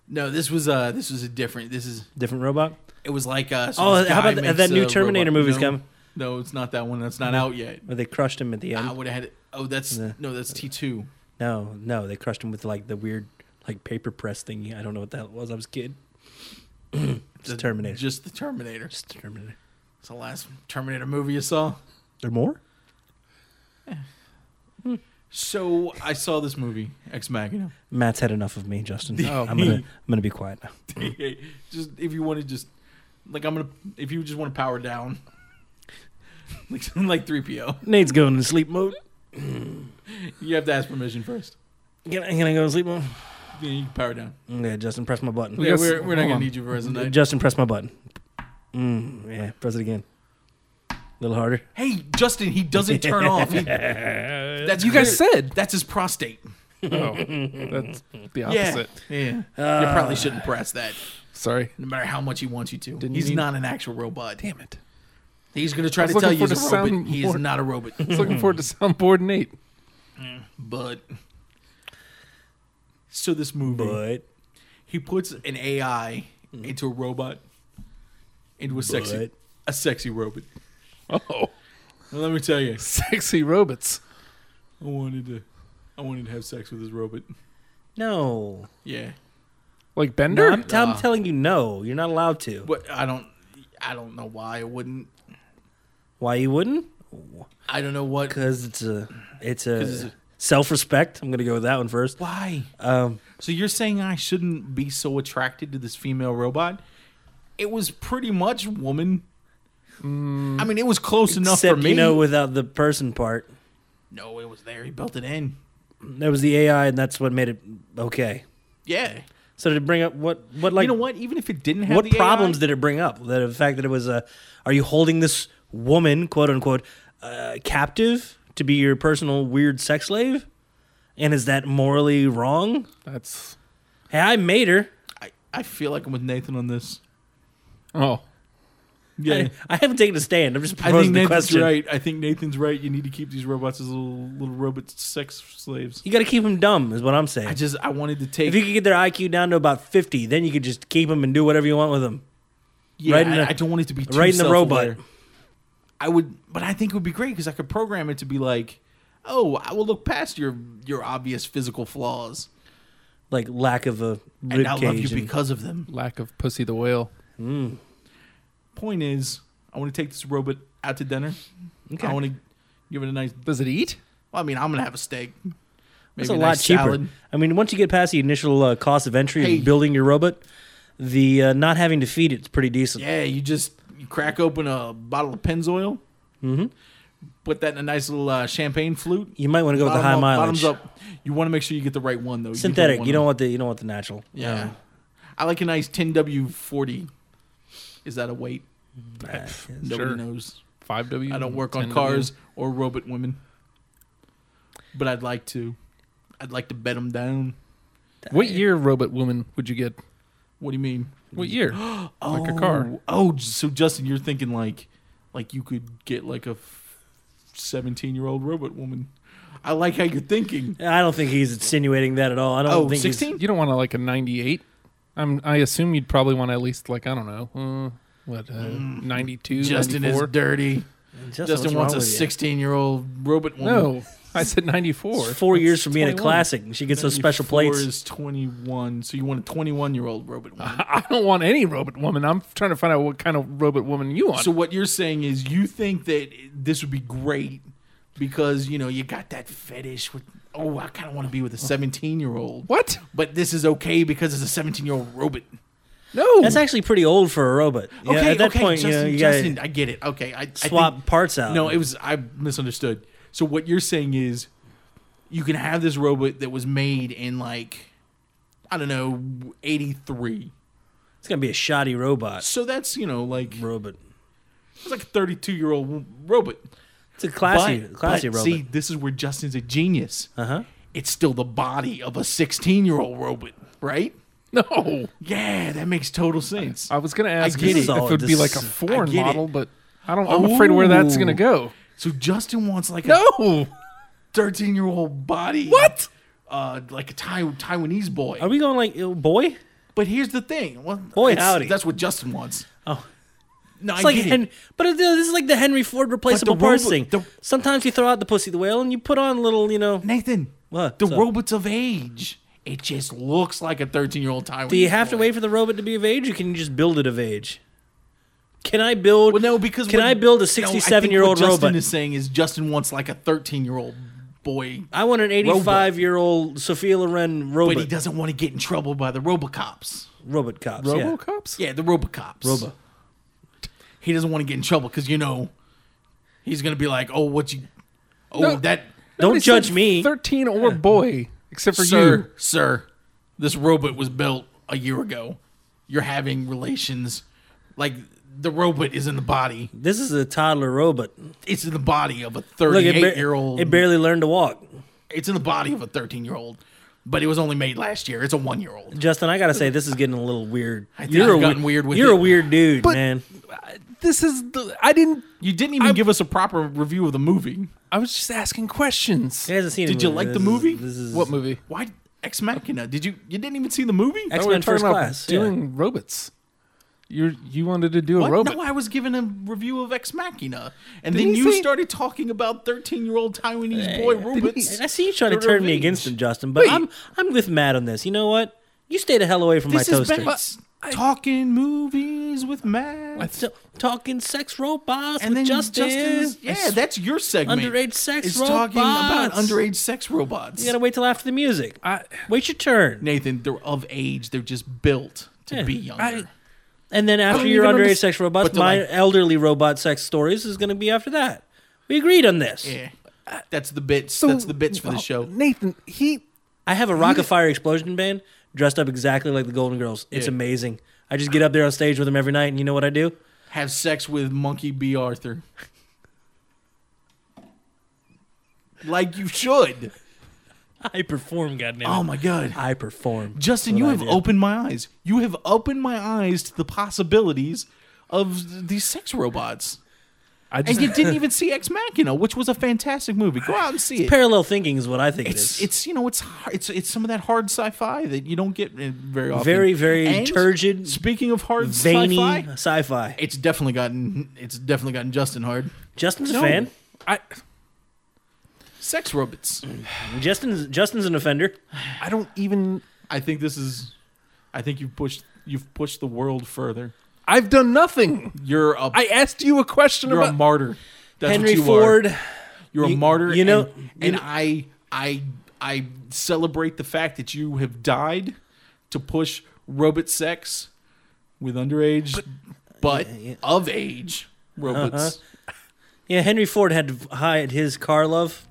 B: No, this was uh, this was a different. This is
A: Different robot?
B: it was like uh. so
A: Oh,
B: this
A: how
B: guy
A: about
B: makes
A: that new
B: a
A: Terminator
B: robot.
A: movie's
B: no,
A: coming?
B: No, it's not that one. That's not out yet.
A: Where they crushed him at the end.
B: I would have had. It. Oh, that's
A: Yeah.
B: no, that's T two.
A: No, no, they crushed him with like the weird like paper press thingy. I don't know what that was. I was a kid. Just Terminator. Just,
B: Just the Terminator.
A: Terminator.
B: It's the last Terminator movie you saw.
A: There more?
B: So I saw this movie, Ex Machina.
A: Matt's had enough of me, Justin.
C: Oh.
A: I'm gonna I'm gonna be quiet now.
B: just if you want to just like I'm gonna if you just want to power down, like like three PO,
A: Nate's going to sleep mode.
B: you have to ask permission first.
A: Can I, can I go to sleep mode?
B: Then you can power down.
A: Yeah, Justin, press my button.
B: Yeah,
C: guess-
B: we're, we're not
C: hold
B: gonna
C: on.
B: need you for as a night.
A: Justin, press my button. Mm, yeah, press it again. A little harder.
B: Hey, Justin, he doesn't turn off. He- that's
C: you guys
B: clear-
C: said.
B: that's his prostate.
C: Oh, that's the
B: Yeah,
C: opposite. Uh,
B: yeah. you probably shouldn't press that,
C: Sorry.
B: no matter how much he wants you to.
C: Didn't
B: He's
C: mean-
B: not an actual robot.
C: Damn it.
B: He's gonna try
C: was
B: to tell
C: looking
B: you
C: for
B: he's a
C: the sound
B: robot. He is
C: more-
B: not a robot.
C: I was looking forward to soundboard Nate.
B: but so this movie.
A: But
C: Mm-hmm.
B: he puts an AI into a robot, into a sexy,
A: But-
B: a sexy robot.
C: Oh,
B: Now, let me tell you,
C: sexy robots.
B: I wanted to, I wanted to have sex with this robot.
A: No.
B: Yeah,
C: Like
A: No,
C: Bender?
A: I'm, t-
B: Ah.
A: I'm telling you, no. You're not allowed to.
B: but I don't, I don't know why I wouldn't.
A: Why you wouldn't?
B: I don't know what.
A: Because it's a, it's
B: 'Cause it's
A: a
B: a-
A: self-respect. I'm gonna go with that one first.
B: Why?
A: Um,
B: So you're saying I shouldn't be so attracted to this female robot? It was pretty much woman. I mean, it was close enough
A: Hmm. except
B: for me.
A: you know, without the person part,
B: no, it was there. He built it in.
A: that was the AI, and that's what made it okay.
B: Yeah.
A: So did it bring up what, what like
B: you know what? Even if it didn't have
A: what
B: the
A: problems
B: AI,
A: did it bring up? That the fact that it was a, are you holding this woman, quote unquote, uh, captive to be your personal weird sex slave? And is that morally wrong?
C: That's.
A: Hey, I made her.
B: I, I feel like I'm with Nathan on this.
C: Oh.
B: Yeah.
A: I haven't taken a stand. I'm just
B: I,
A: proposing
B: think
A: the
B: Nathan's
A: question.
B: right. I think Nathan's right. You need to keep these robots as little little robot sex slaves.
A: You got to keep them dumb, is what I'm saying.
B: I just I wanted to take
A: if you could get their IQ down to about 50, then you could just keep them and do whatever you want with them.
B: yeah,
A: right in
B: I,
A: the-
B: I don't want it to be too
A: right in the
B: self-aware.
A: robot.
B: I would, but I think it would be great because I could program it to be like, oh, I will look past your your obvious physical flaws,
A: Like lack of a
B: and
A: rib
B: I love you
A: cage. and-
B: because of them.
C: Lack of Pussy the Whale.
B: Point is, I want to take this robot out to dinner. I want to give it a nice.
C: Does it eat?
B: Well, I mean, I'm gonna have a steak. Maybe
A: It's
B: a
A: a lot
B: nice
A: cheaper.
B: salad.
A: I mean, once you get past the initial uh, cost of entry
B: Hey.
A: of building your robot, the uh, not having to feed it's pretty decent.
B: Yeah, you just you crack open a bottle of Pennzoil, mm-hmm. put that in a nice little uh, champagne flute.
A: You might want to go with the
B: Bottom
A: high
B: up,
A: mileage.
B: Bottoms up. You want to make sure you get the right one though. You get the right
A: Synthetic.
B: one
A: You don't
B: though.
A: want the you don't want the natural.
B: Yeah. I like a nice 10W40. Is that a weight?
A: Uh,
B: Nobody
C: Sure.
B: knows.
C: 5W?
B: I don't work on
C: 10W?
B: cars or robot women. But I'd like to. I'd like to bed them down.
C: What year Robot Woman would you get?
B: What do you mean?
C: What year? like a car.
B: Oh, j- so Justin, you're thinking like like you could get like a 17-year-old robot woman. I like how you're thinking.
A: I don't think he's insinuating that at all. I don't
B: Oh,
A: think he's-
B: 16?
C: You don't want to like a 98. I'm, I assume you'd probably want at least like, I don't know, uh, what, uh,
B: Mm.
C: 92,
B: Justin
C: 94?
B: is dirty.
A: Justin, what's
B: Justin
A: wrong
B: wants a
A: with you?
B: 16-year-old robot woman.
C: No, I said 94.
A: It's four
C: That's
A: years from being a
C: 21.
A: classic, and she gets those special plates.
B: Four is 21. So you want a 21-year-old robot woman.
C: I don't want any robot woman. I'm trying to find out what kind of robot woman you want.
B: So what you're saying is you think that this would be great because you know you got that fetish with oh I kind of want to be with a 17 year old.
C: what?
B: But this is okay because it's a 17 year old robot.
C: No.
A: That's actually pretty old for a robot. Yeah,
B: Okay,
A: at that
B: okay,
A: point, you know,
B: Justin,
A: you gotta
B: Justin, I get it. Okay, I I think-
A: swap parts out.
B: No, it was I misunderstood. So what you're saying is you can have this robot that was made in like I don't know 83.
A: it's gonna be a shoddy robot.
B: So that's you know like
A: Robot.
B: it's like a 32 year old robot.
A: It's a classy,
B: But-
A: classy
B: but
A: robot.
B: See, this is where Justin's a genius.
A: uh huh.
B: it's still the body of a 16 year old robot, right?
C: no.
B: Yeah, that makes total sense.
A: Uh,
C: I was going to ask
B: get
C: if
B: it.
C: if it would be
A: This-
C: like a
A: I
C: foreign
B: get it. Oh.
C: model, but I don't, I'm afraid of where that's going to
B: Ooh.
C: go.
B: so Justin wants like a
C: No.
B: 13 year old body.
C: What?
B: Uh, like a Thai, Taiwanese boy.
A: Are we going like oh, boy?
B: but here's the thing. Well,
A: Boy,
B: it's-
A: howdy.
B: That's what Justin wants.
A: Oh.
B: No,
A: It's
B: I
A: like
B: get it.
A: Hen- but it, this is like the Henry Ford replaceable
B: robot-
A: parts thing.
B: the-
A: Sometimes you throw out the pussy the whale and you put on little, you know.
B: Nathan,
A: What?
B: the
A: What's up?
B: robot's of age. It just looks like a 13 year old Taiwanese
A: Do you have to
B: boy.
A: wait for the robot to be of age, or can you just build it of age? Can I build?
B: Well, no, because
A: can
B: what-
A: I build a
B: no, I think
A: sixty-seven-year-old
B: what
A: robot?
B: Justin is saying is Justin wants like a 13 year old boy
A: I want an eighty-five-year-old Sophia Loren robot.
B: but he doesn't want to get in trouble by the RoboCops.
A: Robot cops. yeah.
C: Robocops?
B: Yeah, the RoboCops.
A: Robo.
B: He doesn't want to get in trouble because you know he's gonna be like, "Oh, what you? Oh,
C: No.
B: that
A: Don't
C: Nobody
A: judge
C: said
A: me.
C: 13 or boy, except for
B: sir,
C: you.
B: sir, this robot was built a year ago. You're having relations like." The robot is in the body.
A: This is a toddler robot.
B: It's in the body of a
A: Look, it,
B: 38
A: bar-
B: year old.
A: it barely learned to walk.
B: it's in the body of a 13 year old, but it was only made last year. It's a one year old.
A: Justin, I gotta say, this is getting a little weird.
B: think
A: You're
B: I've
A: a
B: gotten
A: weird.
B: weird with
A: you're
B: it.
A: a weird dude, man.
C: This is the. I didn't.
B: You didn't even give us a proper review of the movie.
C: I was just asking questions.
A: He hasn't seen.
B: Did
A: it.
B: you like the
A: This is-
B: movie?
A: this is
C: What movie?
B: Why Ex Machina? Did you you didn't even see the movie?
A: Ex
C: We were
A: Men
C: talking
A: First
C: about
A: Class. yeah.
C: Doing robots. You you wanted to do a
B: What?
C: robot.
B: No, I was giving a review of Ex Machina, and
C: Didn't
B: then
C: he
B: you
C: say-
B: started talking about thirteen-year-old Taiwanese boy robots.
A: I see you trying to
B: The
A: turn me
B: revenge.
A: against him, Justin, but I'm I'm with Matt on this. You know what? You stay the hell away from
B: This
A: my
B: is
A: toaster.
B: Ben's talking movies with Matt.
A: So, talking sex robots
B: and then
A: with Justin.
B: Justin's, yeah, that's your segment.
A: Underage sex
B: It's talking about
A: robots.
B: underage sex robots.
A: You gotta wait till after the music.
C: I-
A: wait your turn,
B: Nathan, they're of age. They're just built to
A: Yeah,
B: be younger.
C: I-
A: and then after
C: don't
A: your
C: even
A: underage
C: underst-
A: sex robots,
B: but to
A: my
B: like-
A: elderly robot sex stories is gonna be after that. We agreed on this.
B: yeah, that's the bits.
C: So-
B: that's the bits for the
C: Oh,
B: show.
C: Nathan, he
A: I have a Rock of Fire Explosion band dressed up exactly like the Golden Girls. It's
B: Yeah.
A: amazing. I just get up there on stage with them every night, and you know what I do?
B: Have sex with Monkey B. Arthur. Like you should.
A: I perform, goddamn.
B: Oh my god.
A: I perform.
B: Justin,
A: That's
B: you
A: what I
B: have
A: do.
B: opened my eyes. You have opened my eyes to the possibilities of these sex robots.
C: I
B: And
C: just
B: you didn't even see Ex Machina, which was a fantastic movie. Go out and see it.
A: Parallel thinking is what I think
B: It's
A: it is.
B: it's you know it's har- it's it's some of that hard sci-fi that you don't get uh, very often.
A: Very, very
B: And
A: turgid,
B: Speaking of hard
A: Veiny
B: sci-fi,
A: sci fi.
B: it's definitely gotten it's definitely gotten Justin hard.
A: Justin's a fan.
C: I
B: Sex robots.
A: Justin's Justin's an offender.
C: I don't even
B: I think this is. I think you've pushed you've pushed the world further.
C: I've done nothing.
B: You're a
C: I asked you a question
B: you're a
C: about
B: martyr. That's
A: Henry
B: what you
A: Ford.
B: Are. You're
A: You-
B: a martyr.
A: you know-
B: and,
A: you
B: and
A: know-
B: I I I celebrate the fact that you have died to push robot sex with underage, but, of age robots.
A: Uh-huh. Yeah, Henry Ford had to hide his car love.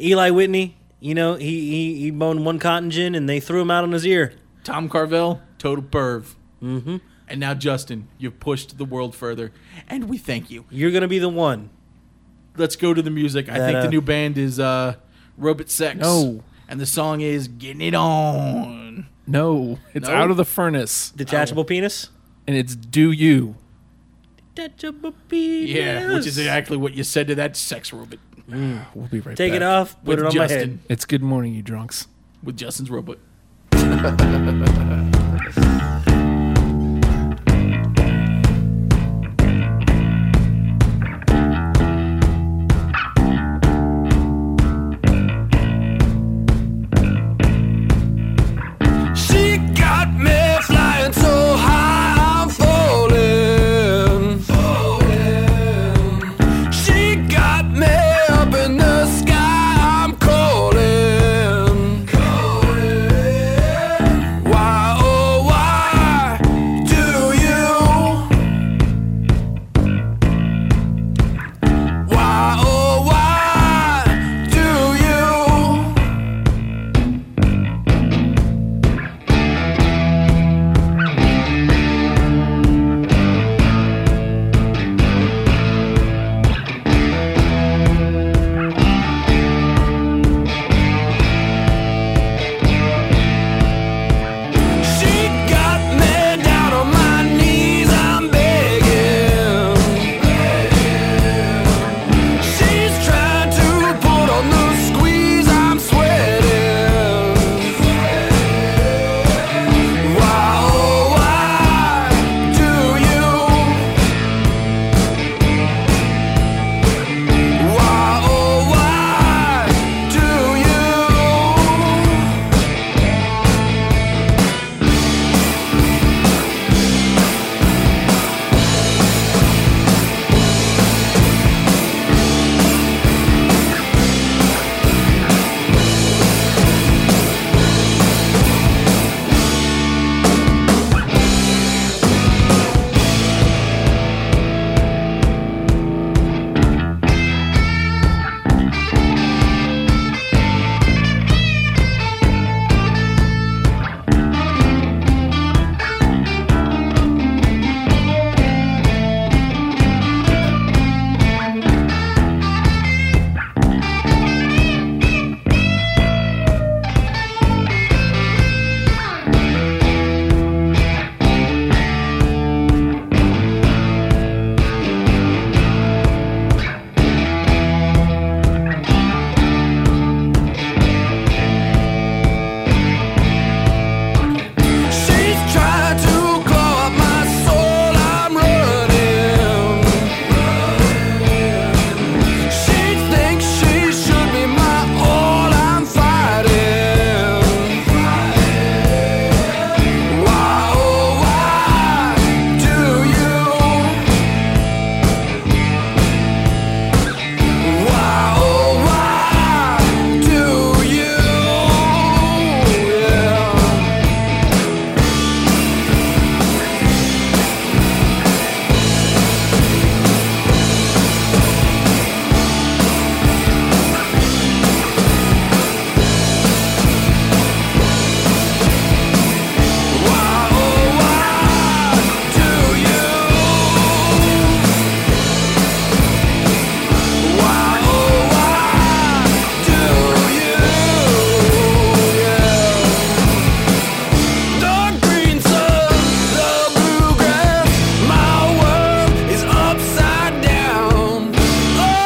A: Eli Whitney, you know, he he, he boned one cotton gin and they threw him out on his ear.
B: Tom Carvel, total perv. Mm-hmm. And now Justin, you've pushed the world further, and we thank you.
A: You're gonna be the one.
B: Let's go to the music. I
A: That,
B: think
A: uh,
B: the new band is uh, Robot Sex.
C: No.
B: and the song is "Getting It On."
C: No, it's
B: No?
C: out of the furnace
A: Detachable penis.
C: and it's do you.
A: Detachable penis.
B: Yeah, which is exactly what you said to that sex robot
C: We'll be right
A: Take
C: back.
A: it off. Put
B: with
A: it on my
B: Justin.
A: head.
C: It's good morning, you drunks.
B: with Justin's robot.
E: She got me flying so high I'm falling. She got me up in the sky I'm calling. Why oh why oh, oh, oh,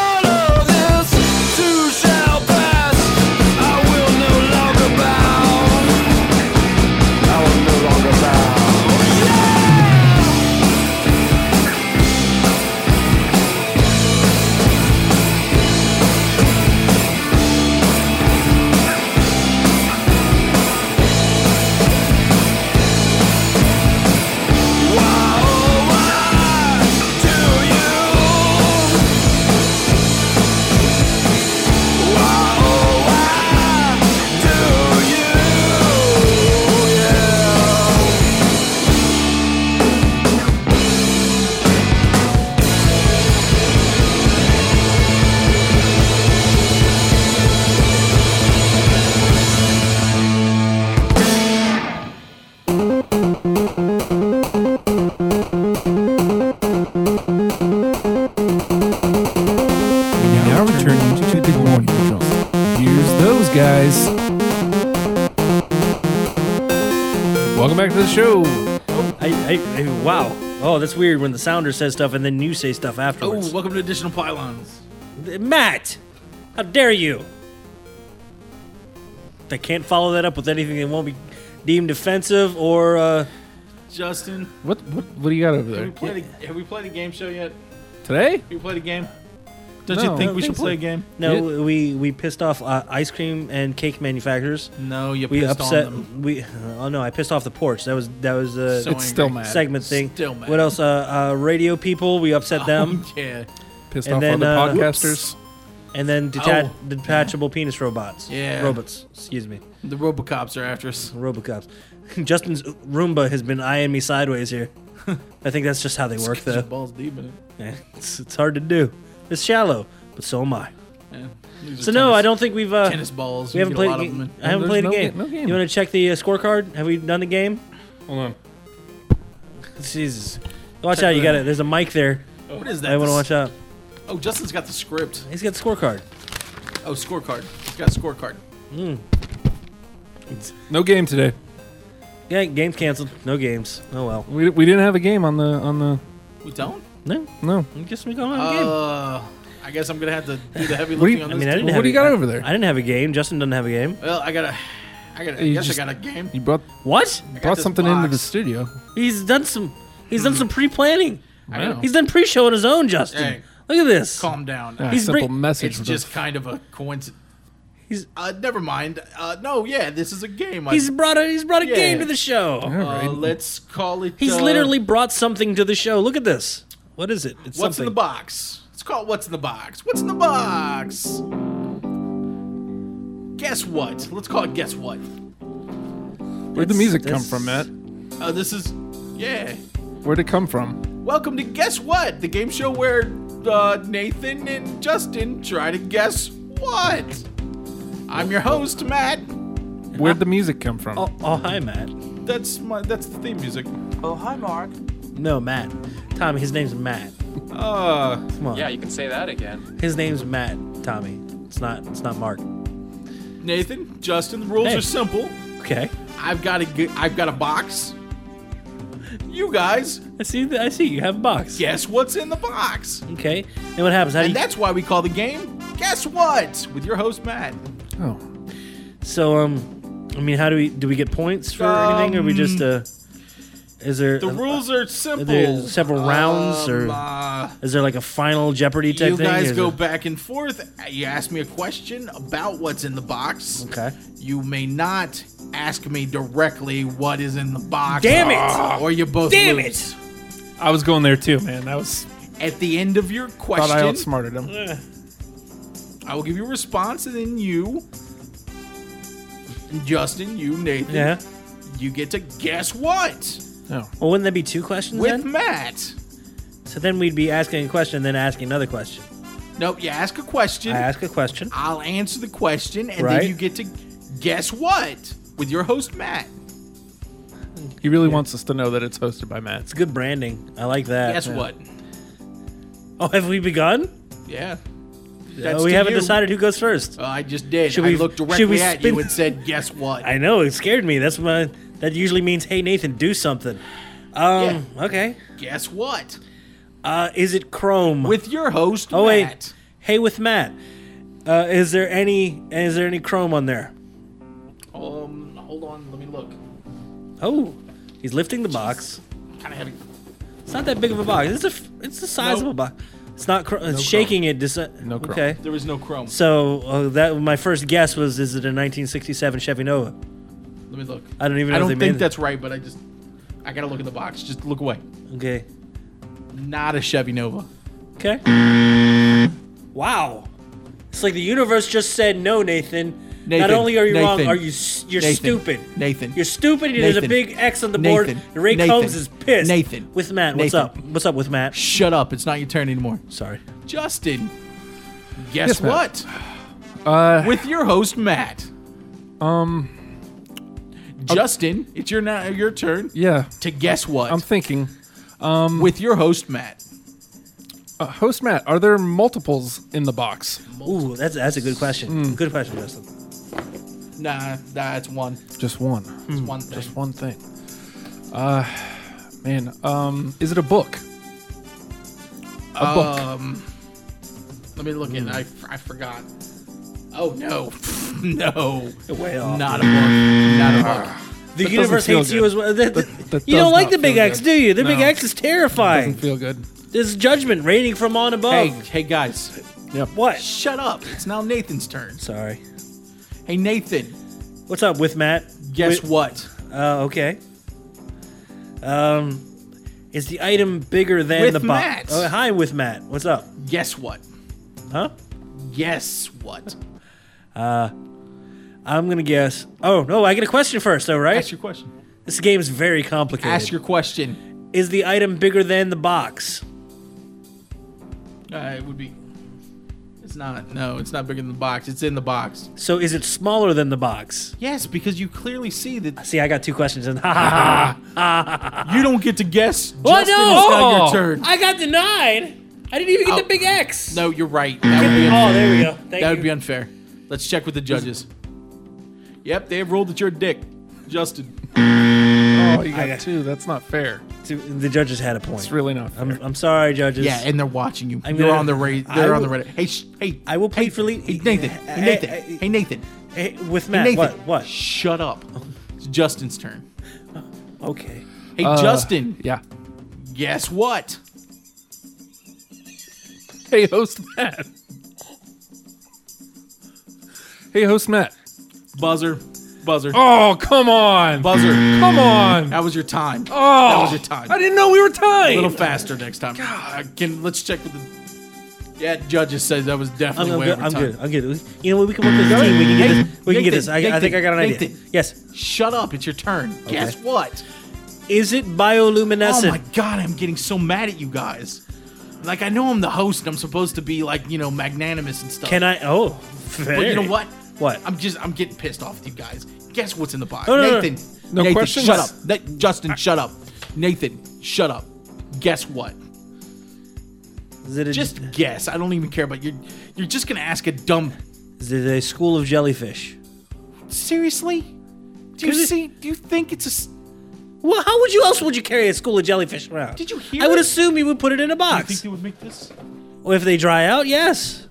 E: oh, oh,
C: return to the morning drunk. Here's those guys. Welcome back to the show.
A: I, I, I- wow. Oh, that's weird when the sounder says stuff and then you say stuff
B: Oh,
A: afterwards.
B: welcome to additional pylons.
A: Matt, how dare you? They can't follow that up with anything that won't be deemed offensive or. Uh,
B: Justin,
C: What what what do you got over
B: have we
C: there
B: played a, have we played a game show yet?
C: today?
B: Have you played a game? Don't
C: No,
B: you
C: I
B: think
C: don't
B: we should
C: think so.
B: play a game?
A: no, we we pissed off uh, ice cream and cake manufacturers.
B: No, you
A: We
B: pissed
A: upset.
B: on them.
A: We oh no, I pissed off the porch. That was that was uh,
B: So
C: it's still mad.
A: segment thing.
B: Still mad.
A: What else? Uh, uh, radio people. We upset them,
B: Oh, yeah,
C: Pissed
A: And
C: off
A: then,
C: other
A: uh,
C: podcasters.
A: and then deta-
B: Oh.
A: detachable penis robots.
B: Yeah.
A: robots. Excuse me,
B: the Robocops are after us.
A: Robocops. Justin's Roomba has been eyeing me sideways here. I think that's just how they work,
B: Your
A: though.
B: balls deep in it.
A: Yeah, it's, it's hard to do. It's shallow, but so am I.
B: Yeah. These are
A: So no,
B: tennis-
A: I don't think we've. Uh,
B: tennis balls.
A: we
B: You
A: haven't
B: get a
A: played.
B: lot
A: A
B: of them
A: game.
B: in-
A: I haven't
C: There's
A: played
C: no
A: a game.
C: ga- no game.
A: You want to check the uh, scorecard? Have we done the game?
C: Hold on.
A: Jesus, watch
B: Check
A: out! You
B: that
A: got
B: out.
A: it. There's a mic there.
B: What is that?
A: I want to
B: This-
A: watch out.
B: Oh, Justin's got the script.
A: He's got the scorecard.
B: Oh, scorecard. He's got a scorecard.
C: No game today.
A: Yeah, game's canceled. No games. Oh well.
C: We, we didn't have a game on the on the
B: We don't.
A: No,
C: no.
A: I guess we don't have a game.
B: Uh, I guess I'm gonna have to do the heavy
C: What do
B: lifting
C: you-
B: on
A: I
B: this.
A: mean, I
B: too.
A: didn't
C: What
A: have
C: do
A: a-
C: you got over there?
A: I didn't have a game. Justin doesn't have a game.
B: Well, I gotta. I gotta. I
C: You
B: guess
C: just-
B: I got a game.
C: you brought
A: What?
C: brought
B: this
C: something into the
B: box.
C: studio.
A: He's done some. He's
B: Hmm.
A: done some pre-planning.
B: I know.
A: He's done pre-show on his own, Justin.
B: Hey.
A: Look at this.
B: Calm down.
C: Ah,
A: He's
C: simple
A: bring-
C: message.
B: it's
C: with
B: just
C: us.
B: kind of a coincidence.
A: He's-
B: Uh, never mind. Uh, no, yeah, this is a game. I-
A: He's brought a he's brought a
B: Yeah.
A: game to the show.
C: All
B: uh,
C: right.
B: let's call it.
A: He's
B: uh,
A: literally brought something to the show. Look at this. What is it? It's
B: What's
A: something.
B: in the box? It's called What's in the Box. What's in the box? Guess what? Let's call it Guess What.
C: Where'd the music come
A: that's-
C: from, Matt?
B: Uh, this is, yeah.
C: Where'd it come from?
B: Welcome to Guess What, the game show where uh, Nathan and Justin try to guess what. I'm your host, Matt.
C: Where'd the music come from?
A: oh, oh, hi, Matt.
B: That's my that's the theme music.
E: Oh, hi, Mark.
A: No, Matt. Tommy, his name's Matt.
B: Uh,
A: Come on.
H: Yeah, you can say that again.
A: His name's Matt. Tommy. It's not. It's not Mark.
B: Nathan, Justin, the rules
A: Hey.
B: are simple.
A: Okay.
B: I've got a have got a box. You guys
A: I see. The, I see. You have a box.
B: guess what's in the box.
A: Okay. And what happens? How do you,
B: And that's why we call the game Guess What with your host Matt.
C: Oh.
A: so um, I mean, how do we do? We get points for anything, or we just uh, is there
B: Um, The rules are simple.
A: Uh, there several rounds, or-
B: uh,
A: Is there like a final Jeopardy type
B: you
A: thing?
B: guys
A: Is
B: go
A: it-
B: back and forth. You ask me a question about what's in the box.
A: Okay.
B: You may not ask me directly what is in the box.
A: Damn it!
B: Or you both
A: Damn
B: lose.
C: I was going there too, man. That was
B: At the end of your
C: thought I
B: question,
C: outsmarted him.
B: I will give you a response, and then you, Justin, you, Nathan,
A: Yeah.
B: you get to guess what
C: Oh.
A: Well, wouldn't that be two questions
B: with
A: then?
B: Matt.
A: So then we'd be asking a question, then asking another question.
B: Nope, you ask a question.
A: I ask a question.
B: I'll answer the question, and
A: Right.
B: then you get to guess what with your host Matt.
C: He really wants us to know that it's hosted by Matt.
A: It's good branding. I like that.
B: Guess what?
A: Oh, have we begun?
B: Yeah,
A: Uh,
B: That's
A: we
B: to
A: haven't
B: you.
A: decided who goes first.
B: Uh, I just did.
A: Should
B: I
A: we-
B: looked
A: should
B: directly
A: we
B: at
A: spin- Um,
B: you and said, "Guess what?"
A: I know it scared me. That's my. That usually means, hey Nathan, do something. Um. Okay.
B: Guess what?
A: Uh, is it Chrome?
B: With your host
A: oh wait.
B: Matt.
A: Hey with Matt. Uh, is there any? Is there any Chrome on there?
B: Um, hold on, let me look.
A: Oh, he's lifting the box.
B: Kind of heavy.
A: It's not that big of a box. It's a. f- It's the size of a
B: Nope.
A: box. It's not. Chr- it's shaking it. Dis-
C: No Chrome.
A: Okay.
B: There was no chrome.
A: So uh, that my first guess was, is it a 1967 Chevy Nova?
B: Let me look.
A: I don't even.
B: I
A: know if
B: don't
A: they
B: think
A: made it.
B: that's right, but I just I gotta look in the box. Just look away.
A: Okay.
B: Not a Chevy Nova.
A: Okay. Wow. It's like the universe just said no, Nathan. Not
B: Nathan,
A: only are you wrong,
B: Nathan,
A: are you s- you're
B: Nathan,
A: stupid.
B: Nathan,
A: You're stupid. and There's a
B: Nathan,
A: big X on the board.
B: Nathan,
A: and Ray
B: Nathan,
A: Combs is pissed.
B: Nathan,
A: With Matt, what's
B: Nathan.
A: up? What's up with Matt?
B: Shut up! It's not your turn anymore.
A: Sorry.
B: Justin, guess
C: Yes, Matt.
B: what?
C: Uh,
B: With your host Matt.
C: um,
B: Justin, it's your na- your turn
C: yeah.
B: to guess what
C: I'm thinking.
B: with your host Matt.
C: Uh, host Matt, are there multiples in the box?
A: Ooh, that's that's a good question. Good question, Justin.
B: Nah, nah, it's one.
C: Just one.
B: It's one thing.
C: Hmm, Just one thing. Uh, man, um, is it a book? A book.
B: Um, let me look
C: hmm.
B: in. I, I forgot. Oh no, no,
A: Way off.
B: not a book, not a book.
A: the
C: doesn't
A: universe
C: feel
A: hates
C: good.
A: you as well. That-
C: That- that
A: you
C: does
A: don't like
C: not
A: the big
C: feel
A: X,
C: good.
A: do you? The big
C: No.
A: X is
C: Doesn't
A: terrifying.
C: feel good.
A: There's judgment raining from on above.
B: Hey, hey guys,
A: What?
B: Oh. shut up! It's now Nathan's turn.
A: Sorry.
B: Hey Nathan,
A: What's up with Matt?
B: guess
A: Wi-
B: what?
A: Uh, okay. Um, is the item bigger than
B: With
A: the
B: Matt.
A: box? Oh, hi, with Matt. What's up?
B: Guess what?
A: Huh?
B: Guess what?
A: I'm gonna guess. Oh no, I get a question first, though, right?
B: Ask your question.
A: This game is very complicated.
B: Ask your question.
A: is the item bigger than the box?
B: Uh, it would be. It's not. No, it's not bigger than the box. It's in the box.
A: So is it smaller than the box?
B: Yes, because you clearly see that
A: See, I got two questions, and ha ha ha.
B: you don't get to guess.
A: Well,
B: Justin,
A: Ah. no.
B: it's now
C: Oh.
B: your turn.
A: I got denied. I didn't even get
B: Oh.
A: the big X.
B: No, you're right. That would be
A: Oh,
B: unfair.
A: there we go. Thank
B: That
A: you.
B: would be unfair. Let's check with the judges. Yep, they've ruled that you're a dick, Justin. Hmm.
C: Oh, you
A: I
C: got
A: got-
C: two. That's not fair.
A: the judges had a point.
C: It's really not fair.
A: I'm, I'm sorry, judges.
B: Yeah, and they're watching you.
A: I'm
B: they're
A: gonna-
B: on the ra-
A: I
B: They're on the
A: will-
B: Reddit. Hey, sh- hey,
A: I will plead
B: hey,
A: for le-
B: Hey, Nathan. Hey, Nathan.
A: I- I-
B: hey, Nathan.
A: Hey, with
B: Hey,
A: Matt,
B: Nathan.
A: what? What?
B: Shut up. It's Justin's turn.
A: Okay.
B: Hey,
C: Uh,
B: Justin.
C: Yeah.
B: Guess what?
C: Hey, host Matt. Hey, host Matt.
B: Buzzer. Buzzer.
C: Oh, come on.
B: Buzzer.
C: Come on.
B: Hmm. That was your time.
C: Oh,
B: that was your time.
C: I didn't know we were tied.
B: A little faster next time. God. can let's check with the. Yeah, judges says that was
A: I'm,
B: definitely
A: I'm
B: way
A: good.
B: over
A: I'm
B: time.
A: good. I'm good. You know what? We can work this team. We can get
B: Hey,
A: this. We can get this. I, I
B: Nathan,
A: think I got an idea.
B: Nathan.
A: Yes.
B: Shut up! It's your turn. Guess what?
A: Is it bioluminescent?
B: Oh my god! I'm getting so mad at you guys. Like I know I'm the host and I'm supposed to be like you know magnanimous and stuff.
A: Can I? Oh,
B: But
A: very.
B: you know what?
A: What?
B: I'm just I'm getting pissed off with you guys. Guess what's in the box?
A: No, no, no, no.
B: Nathan.
C: No
B: Nathan,
C: questions?
B: Shut up. Na- Justin, shut up. Nathan, shut up. Guess what?
A: Is it a,
B: Just guess. I don't even care. But you're you're just gonna ask a dumb.
A: is it a school of jellyfish?
B: Seriously? Do you
A: Could it-
B: see? Do you think it's a? s-
A: Well, how would you else would you carry a school of jellyfish around?
B: Did you hear
A: I would
B: it?
A: assume you would put it in a box.
B: they would make this?
A: Well, if they dry out, yes.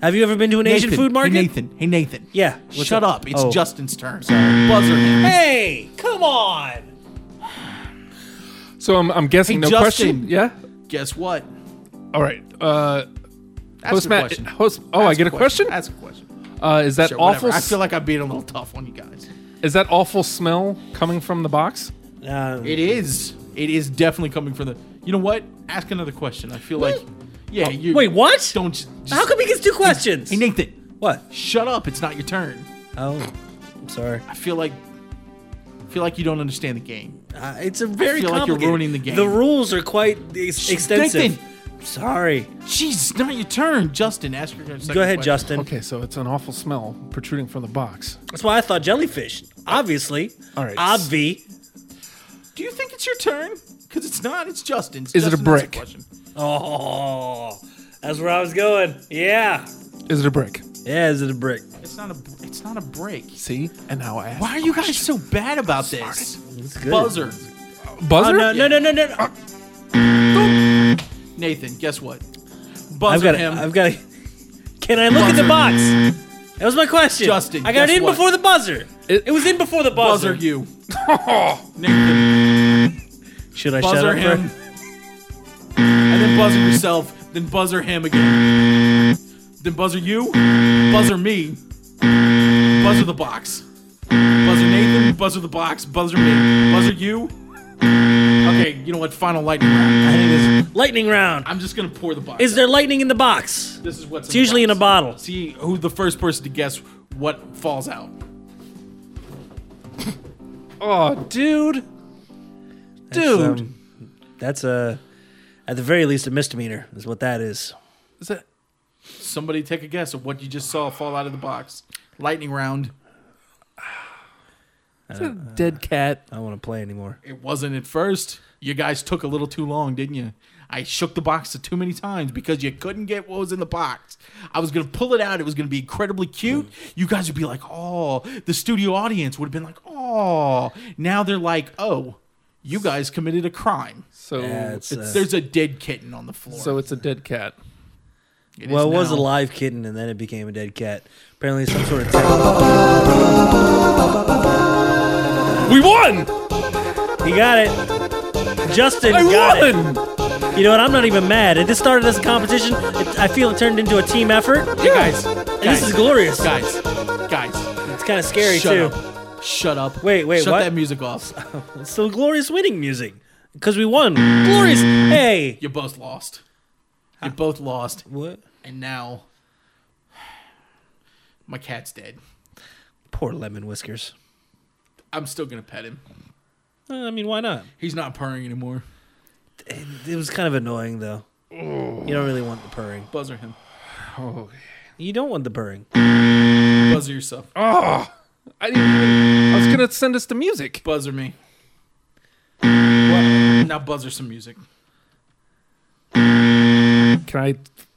A: Have you ever been to an Asian
B: Nathan,
A: food market?
B: Hey Nathan. Hey Nathan.
A: Yeah. what's
B: Shut up. It's
A: Oh.
B: Justin's turn. Buzzer. Hey,
A: Hey, come on.
C: so I'm, I'm guessing
B: Hey,
C: no
B: Justin.
C: question. Yeah.
B: guess what?
C: All right. Uh,
B: Ask
C: host
B: a
C: Matt.
B: question.
C: Host. Oh,
B: Ask
C: I get a question.
B: Ask a question.
C: Uh, is that
B: Sure, whatever.
C: awful?
B: I feel like I'm being a little tough on you guys.
C: is that awful smell coming from the box?
A: Um,
B: It is. It is definitely coming from the. You know what? Ask another question. I feel like. Yeah. You.
A: Oh, wait, what?
B: Don't. j- Just,
A: how come he gets two questions?
B: Hey Nathan.
A: what?
B: Shut up. It's not your turn.
A: Oh, I'm sorry.
B: I feel like. I feel like you don't understand the game.
A: Uh, it's a very
B: feel like you're
A: complicated-
B: ruining the game.
A: The rules are quite ex- extensive.
B: Nathan.
A: Sorry.
B: Jeez, it's not your turn, Justin. Ask your second
A: Go ahead,
B: question.
A: Justin.
C: Okay, so it's an awful smell protruding from the box.
A: That's why I thought jellyfish. Obviously.
C: All right.
A: Obvi.
B: Do you think it's your turn? Because it's not. It's Justin's.
C: Is it a
B: Justin, ask
C: brick?
B: question.
A: Oh, that's where I was going. Yeah.
C: Is it a brick?
A: Yeah, is it a brick?
B: It's not a. It's not a break.
C: See, and now I ask.
B: Why are you guys so bad about this?
A: It's good.
B: Buzzer.
A: Oh,
C: Buzzer?
A: no, no, no, no, no. no.
B: Nathan, guess what?
A: I've
B: Buzzer
A: got.
B: him.
A: I've got. Can I look at the box? That was my question.
B: Justin,
A: I got
B: guess
A: it in
B: what?
A: before the buzzer.
C: It-
A: It, was in before the
B: buzzer
A: buzzer.
B: you. Nathan,
A: Should I shut
B: buzzer
A: up?
B: him.
A: For,
B: And then buzzer yourself. Then buzzer him again. Then buzzer you. Buzzer me. Buzzer the box. Buzzer Nathan. Buzzer the box. Buzzer me. Buzzer you. Okay, you know what? Final lightning round.
A: I think it's lightning round.
B: I'm just gonna pour the box.
A: Is there lightning in the box?
B: This is what's
A: It's usually in a bottle.
B: See who the first person to guess what falls out.
C: Oh, dude.
A: That's,
C: Dude.
A: um, that's a, at the very least, a misdemeanor is what that is.
C: is that
B: Somebody take a guess of what you just saw fall out of the box. Lightning round.
C: is that a dead cat?
A: I don't want to play anymore.
B: It wasn't at first. You guys took a little too long, didn't you? I shook the box too many times because you couldn't get what was in the box. I was gonna pull it out. It was gonna be incredibly cute. You guys would be like, "Oh!" The studio audience would have been like, "Oh!" Now they're like, "Oh, you guys committed a crime."
C: So
A: Yeah,
C: it's,
A: it's, uh,
B: There's a dead kitten on the floor.
C: so it's a dead cat.
B: is
A: well, it was a
B: now-
A: live kitten, and then it became a dead cat. Apparently, some sort of tech.
C: We won!
A: He got it. Justin
C: I
A: got it.
C: won!
A: You know what? I'm not even mad. It just started as a competition. It, I feel it turned into a team effort. And
B: Hey, guys,
A: this
B: guys,
A: is glorious.
B: guys, guys.
A: It's kind of scary
B: shut
A: too.
B: up! Shut up!
A: Wait, wait,
B: Shut
A: what?
B: that music off.
A: It's the glorious winning music because we won. glorious. Hey.
B: You both lost. You both lost,
A: What?
B: and now my cat's dead.
A: Poor lemon whiskers.
B: I'm still gonna pet him.
A: Uh, I mean, why not?
B: He's not purring anymore.
A: It was kind of annoying though. You don't really want the purring.
B: Buzzer him.
A: You don't want the purring.
B: Buzzer yourself.
C: I didn't even. I was gonna send us to music.
B: Buzzer me. What? Now buzzer some music.
C: Can I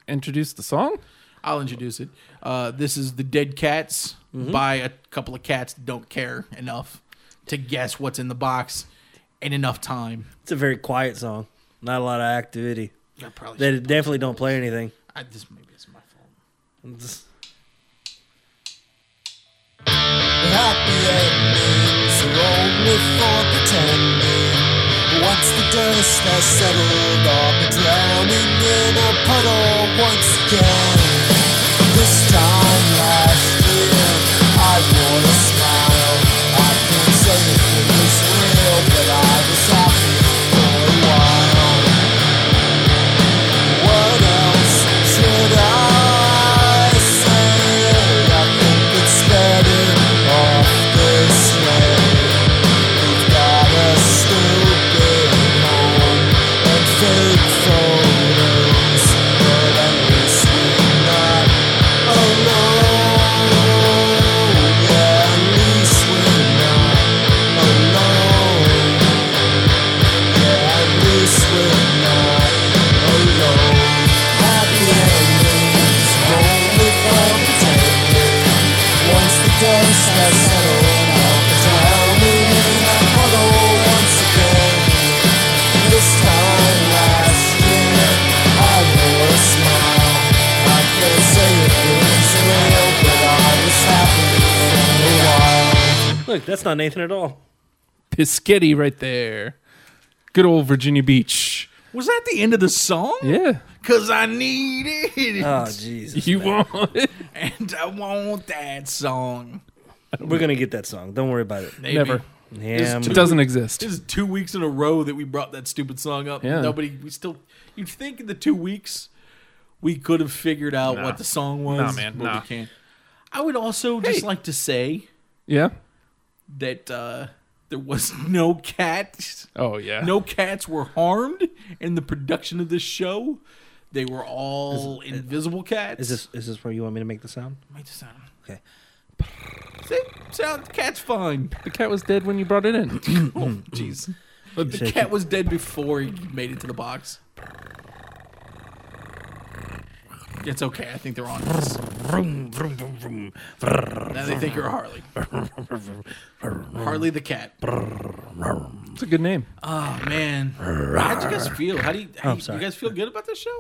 C: introduce the song?
B: I'll introduce it. Uh, this is the Dead Cats by a couple of cats that don't care enough to guess what's in the box in enough time.
A: It's a very quiet song. Not a lot of activity.
B: I probably
A: They
B: should-
A: definitely don't play anything.
B: I, this maybe it's my fault.
E: happy endings are only for pretending. Once the dust has settled, I'll be drowning in a puddle once again. This time last year, I wore a smile. I can't say if it was real, but I was happy for a while. What else should I say? I think it's better off this way. We've got a stupid home and fake photos, but at least we're not alone. Yeah, at least Oh, we're not alone. Yeah, at least we're not alone. Happy endings, only for pretending. Once the dust has settled, I'll be drowning in a puddle once again. This time last year, I wore a smile. I can't say it was real, but I was happy for a while.
A: Look, that's not Nathan at all.
C: Piscetti right there. Good old Virginia Beach.
B: Was that the end of the song?
C: Yeah,
B: Cause I need it,
A: Oh Jesus.
C: you won.
B: and I want that song.
A: We're gonna get that song. Don't worry about it.
B: Maybe.
C: Never.
A: Yeah,
C: It doesn't exist.
B: This is two weeks in a row that we brought that stupid song up.
C: Yeah.
B: Nobody, we still. You'd think in the two weeks we could have figured out what the song was.
C: Nah, man,
B: but
C: nah.
B: We can't. I would also just like to say
C: Yeah.
B: that uh, there was no cat.
C: Oh yeah.
B: No cats were harmed in the production of this show. They were all
C: uh,
B: invisible cats.
A: Is this is this where you want me to make the sound?
B: Might sound
A: Okay.
B: See, sound cat's fine.
C: The cat was dead when you brought it in.
B: Oh, jeez.
A: Shake
B: The
A: it.
B: cat was dead before he made it to the box. It's okay. I think they're on to us. Now they think you're Harley. Harley the cat.
C: It's a good name.
B: Oh man, how'd you guys feel? How do you? How
A: Oh, I'm
B: you-
A: sorry. Mm.
B: You guys feel good about this show?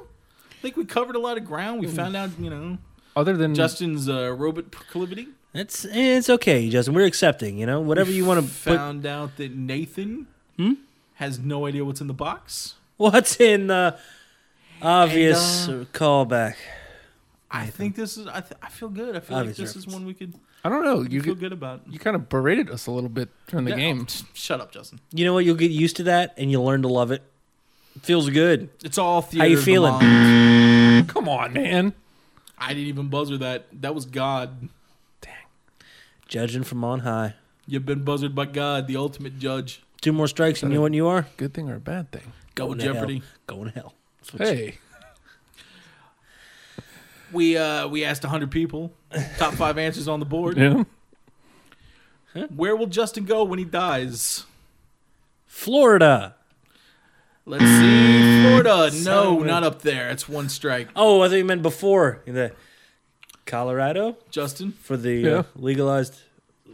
B: I think we covered a lot of ground. We found out, you know,
C: Other than
B: Justin's uh, robot proclivity.
A: It's it's okay, Justin. We're accepting. You know, whatever you want to put. Hmm?
B: Found out that Nathan has no idea what's in the box.
A: What's in the obvious callback?
B: I think this is. I, th- I feel good. I feel like
A: Obvious
B: this is
A: reference.
B: one we could
C: I don't know. You
B: feel
C: you,
B: good about.
C: you kind of berated us a little bit during the
B: Yeah,
C: game.
B: Shut up, Justin.
A: You know what? You'll get used to that, and you'll learn to love it. Feels good.
B: It's all theater.
A: How you
B: of the
A: feeling?
B: mind.
C: Come on, man.
B: I didn't even buzzer that. That was God.
A: Judging from on high.
B: You've been buzzered by God, the ultimate judge.
A: Two more strikes, and you know what you are?
C: Good thing or a bad thing.
B: Double
A: Going to hell.
B: Jeopardy.
A: Going to hell. That's what
C: Hey,
B: We uh we asked hundred people. Top five answers on the board.
C: yeah.
B: Where will Justin go when he dies?
A: Florida.
B: Let's see. Florida. No, not up there. That's one strike.
A: Oh, I thought you meant before in the Colorado
B: Justin.
A: for the
C: Yeah.
A: uh, legalized.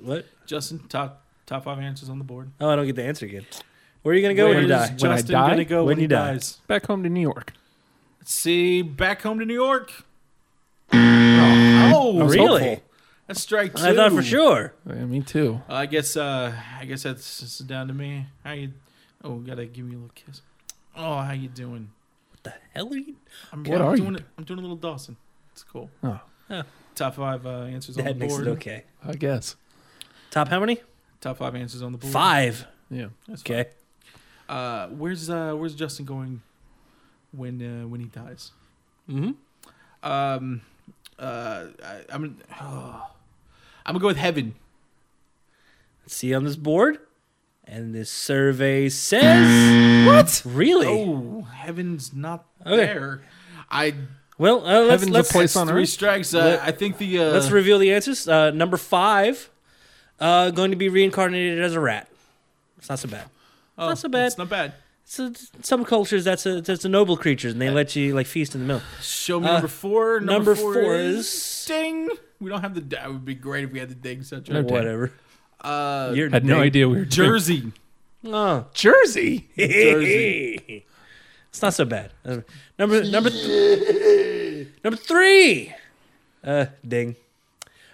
A: What?
B: Justin, top top five answers on the board.
A: Oh, I don't get the answer again. Where are you gonna go when you
B: Where's
A: die?
C: When I
B: Justin
C: die?
B: gonna go
A: When
B: when,
A: you
B: he
A: die.
B: dies?
C: Back home to New York.
B: Let's see. Back home to New York. Oh,
A: Mm. was really? hopeful.
B: That's strike two.
A: I thought for sure.
C: Yeah, me too.
B: I guess. Uh, I guess that's, that's down to me. How you? Oh, gotta give me a little kiss. Oh, how you doing?
A: Hell, are you?
B: I'm,
C: What
B: I'm
C: are you
B: doing? I'm doing a little Dawson. It's cool.
C: Oh.
A: Oh.
B: Top five uh, answers on
A: That
B: the
A: makes
B: board.
A: it okay.
C: I guess.
A: Top how many?
B: Top five answers on the board.
A: Five.
C: Yeah.
B: That's fine.
A: Okay.
B: Uh, where's uh, Where's Justin going when uh, when he dies?
A: Mhm.
B: Um. Uh. I, I'm. gonna- Oh, I'm gonna go with heaven.
A: Let's see on this board. And this survey says what? Really?
B: Oh, heaven's not
A: Okay.
B: there. I
A: Well, uh, let's
C: Heaven's a
A: let's,
C: place on
B: three
C: earth.
B: strikes. Uh, I think the uh,
A: let's reveal the answers. Uh, number five, uh, going to be reincarnated as a rat. It's not so bad.
B: oh,
A: not so bad.
B: It's not bad.
A: It's a, some cultures that's a that's a noble creature, and they let you like feast in the middle.
B: Show me
A: Uh,
B: number four.
A: number
B: Number, four,
A: four
B: is,
A: is-
B: ding. We don't have the. That would be great if we had the ding such. a
C: No. Okay.
A: Whatever.
B: Uh,
A: You're
C: Had no
A: dang-
C: idea we were doing-
B: Jersey.
A: Oh.
C: Jersey.
A: Jersey. it's not so bad. Uh, Number number th- number three. Uh, ding.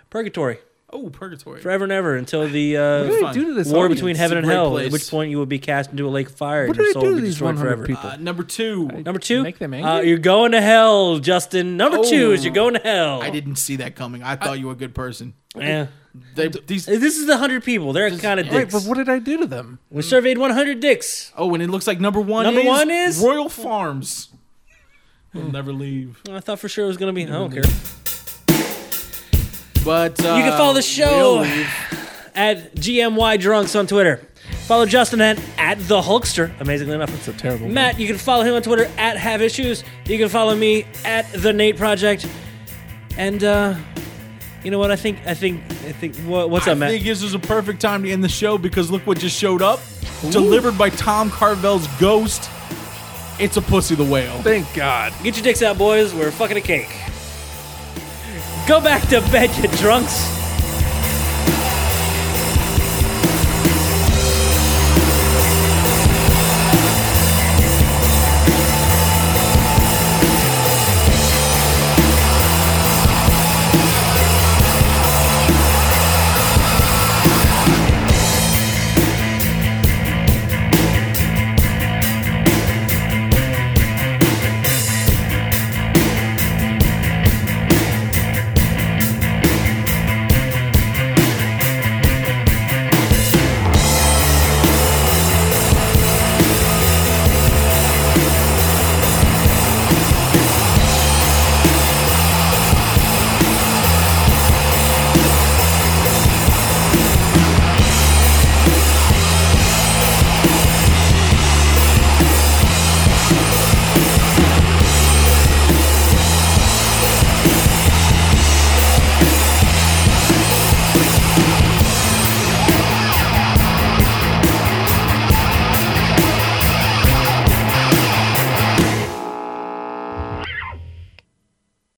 A: Purgatory
B: Oh, purgatory.
A: forever and ever until the uh,
C: What do they
B: Fun.
C: do to this
A: war
C: audience?
A: between heaven
B: It's
A: and
B: a great
A: hell, at
B: place.
A: which point you will be cast into a lake of fire
C: What
A: and
C: do
A: your
C: they
A: soul
C: do
A: will
C: to
A: be
C: these
A: destroyed
C: 100
A: forever.
C: people?
B: Uh, number two.
A: Number two,
C: Make them
A: Uh,
C: angry? Oh.
A: you're going to hell, Justin. Number two is you're going to hell. Eh.
B: I didn't see that coming. I thought you were a good person.
A: Yeah.
B: They, these,
A: This is the hundred people. They're kind of
C: Right,
A: dicks.
C: but what did I do to them?
A: we surveyed 100 dicks.
B: oh, and it looks like number one.
A: Number
B: is
A: one is-
B: Royal Farms. Will never leave.
A: I thought for sure it was going to be. I don't care.
B: But uh,
A: You can follow the
B: we'll
A: show
B: leave.
A: at GMY Drunks on Twitter. Follow Justin at, at the Hulkster. Amazingly enough,
C: That's a terrible. name.
A: Matt, you can follow him on Twitter at Have Issues. You can follow me at the Nate Project. And uh, you know what? I think I think I think what, what's up,
B: I
A: Matt?
B: think this is a perfect time to end the show because look what just showed up. Delivered by Tom Carvel's ghost. It's a pussy the whale.
C: Thank God.
A: Get your dicks out, boys. We're fucking a cake. Go back to bed, you drunks.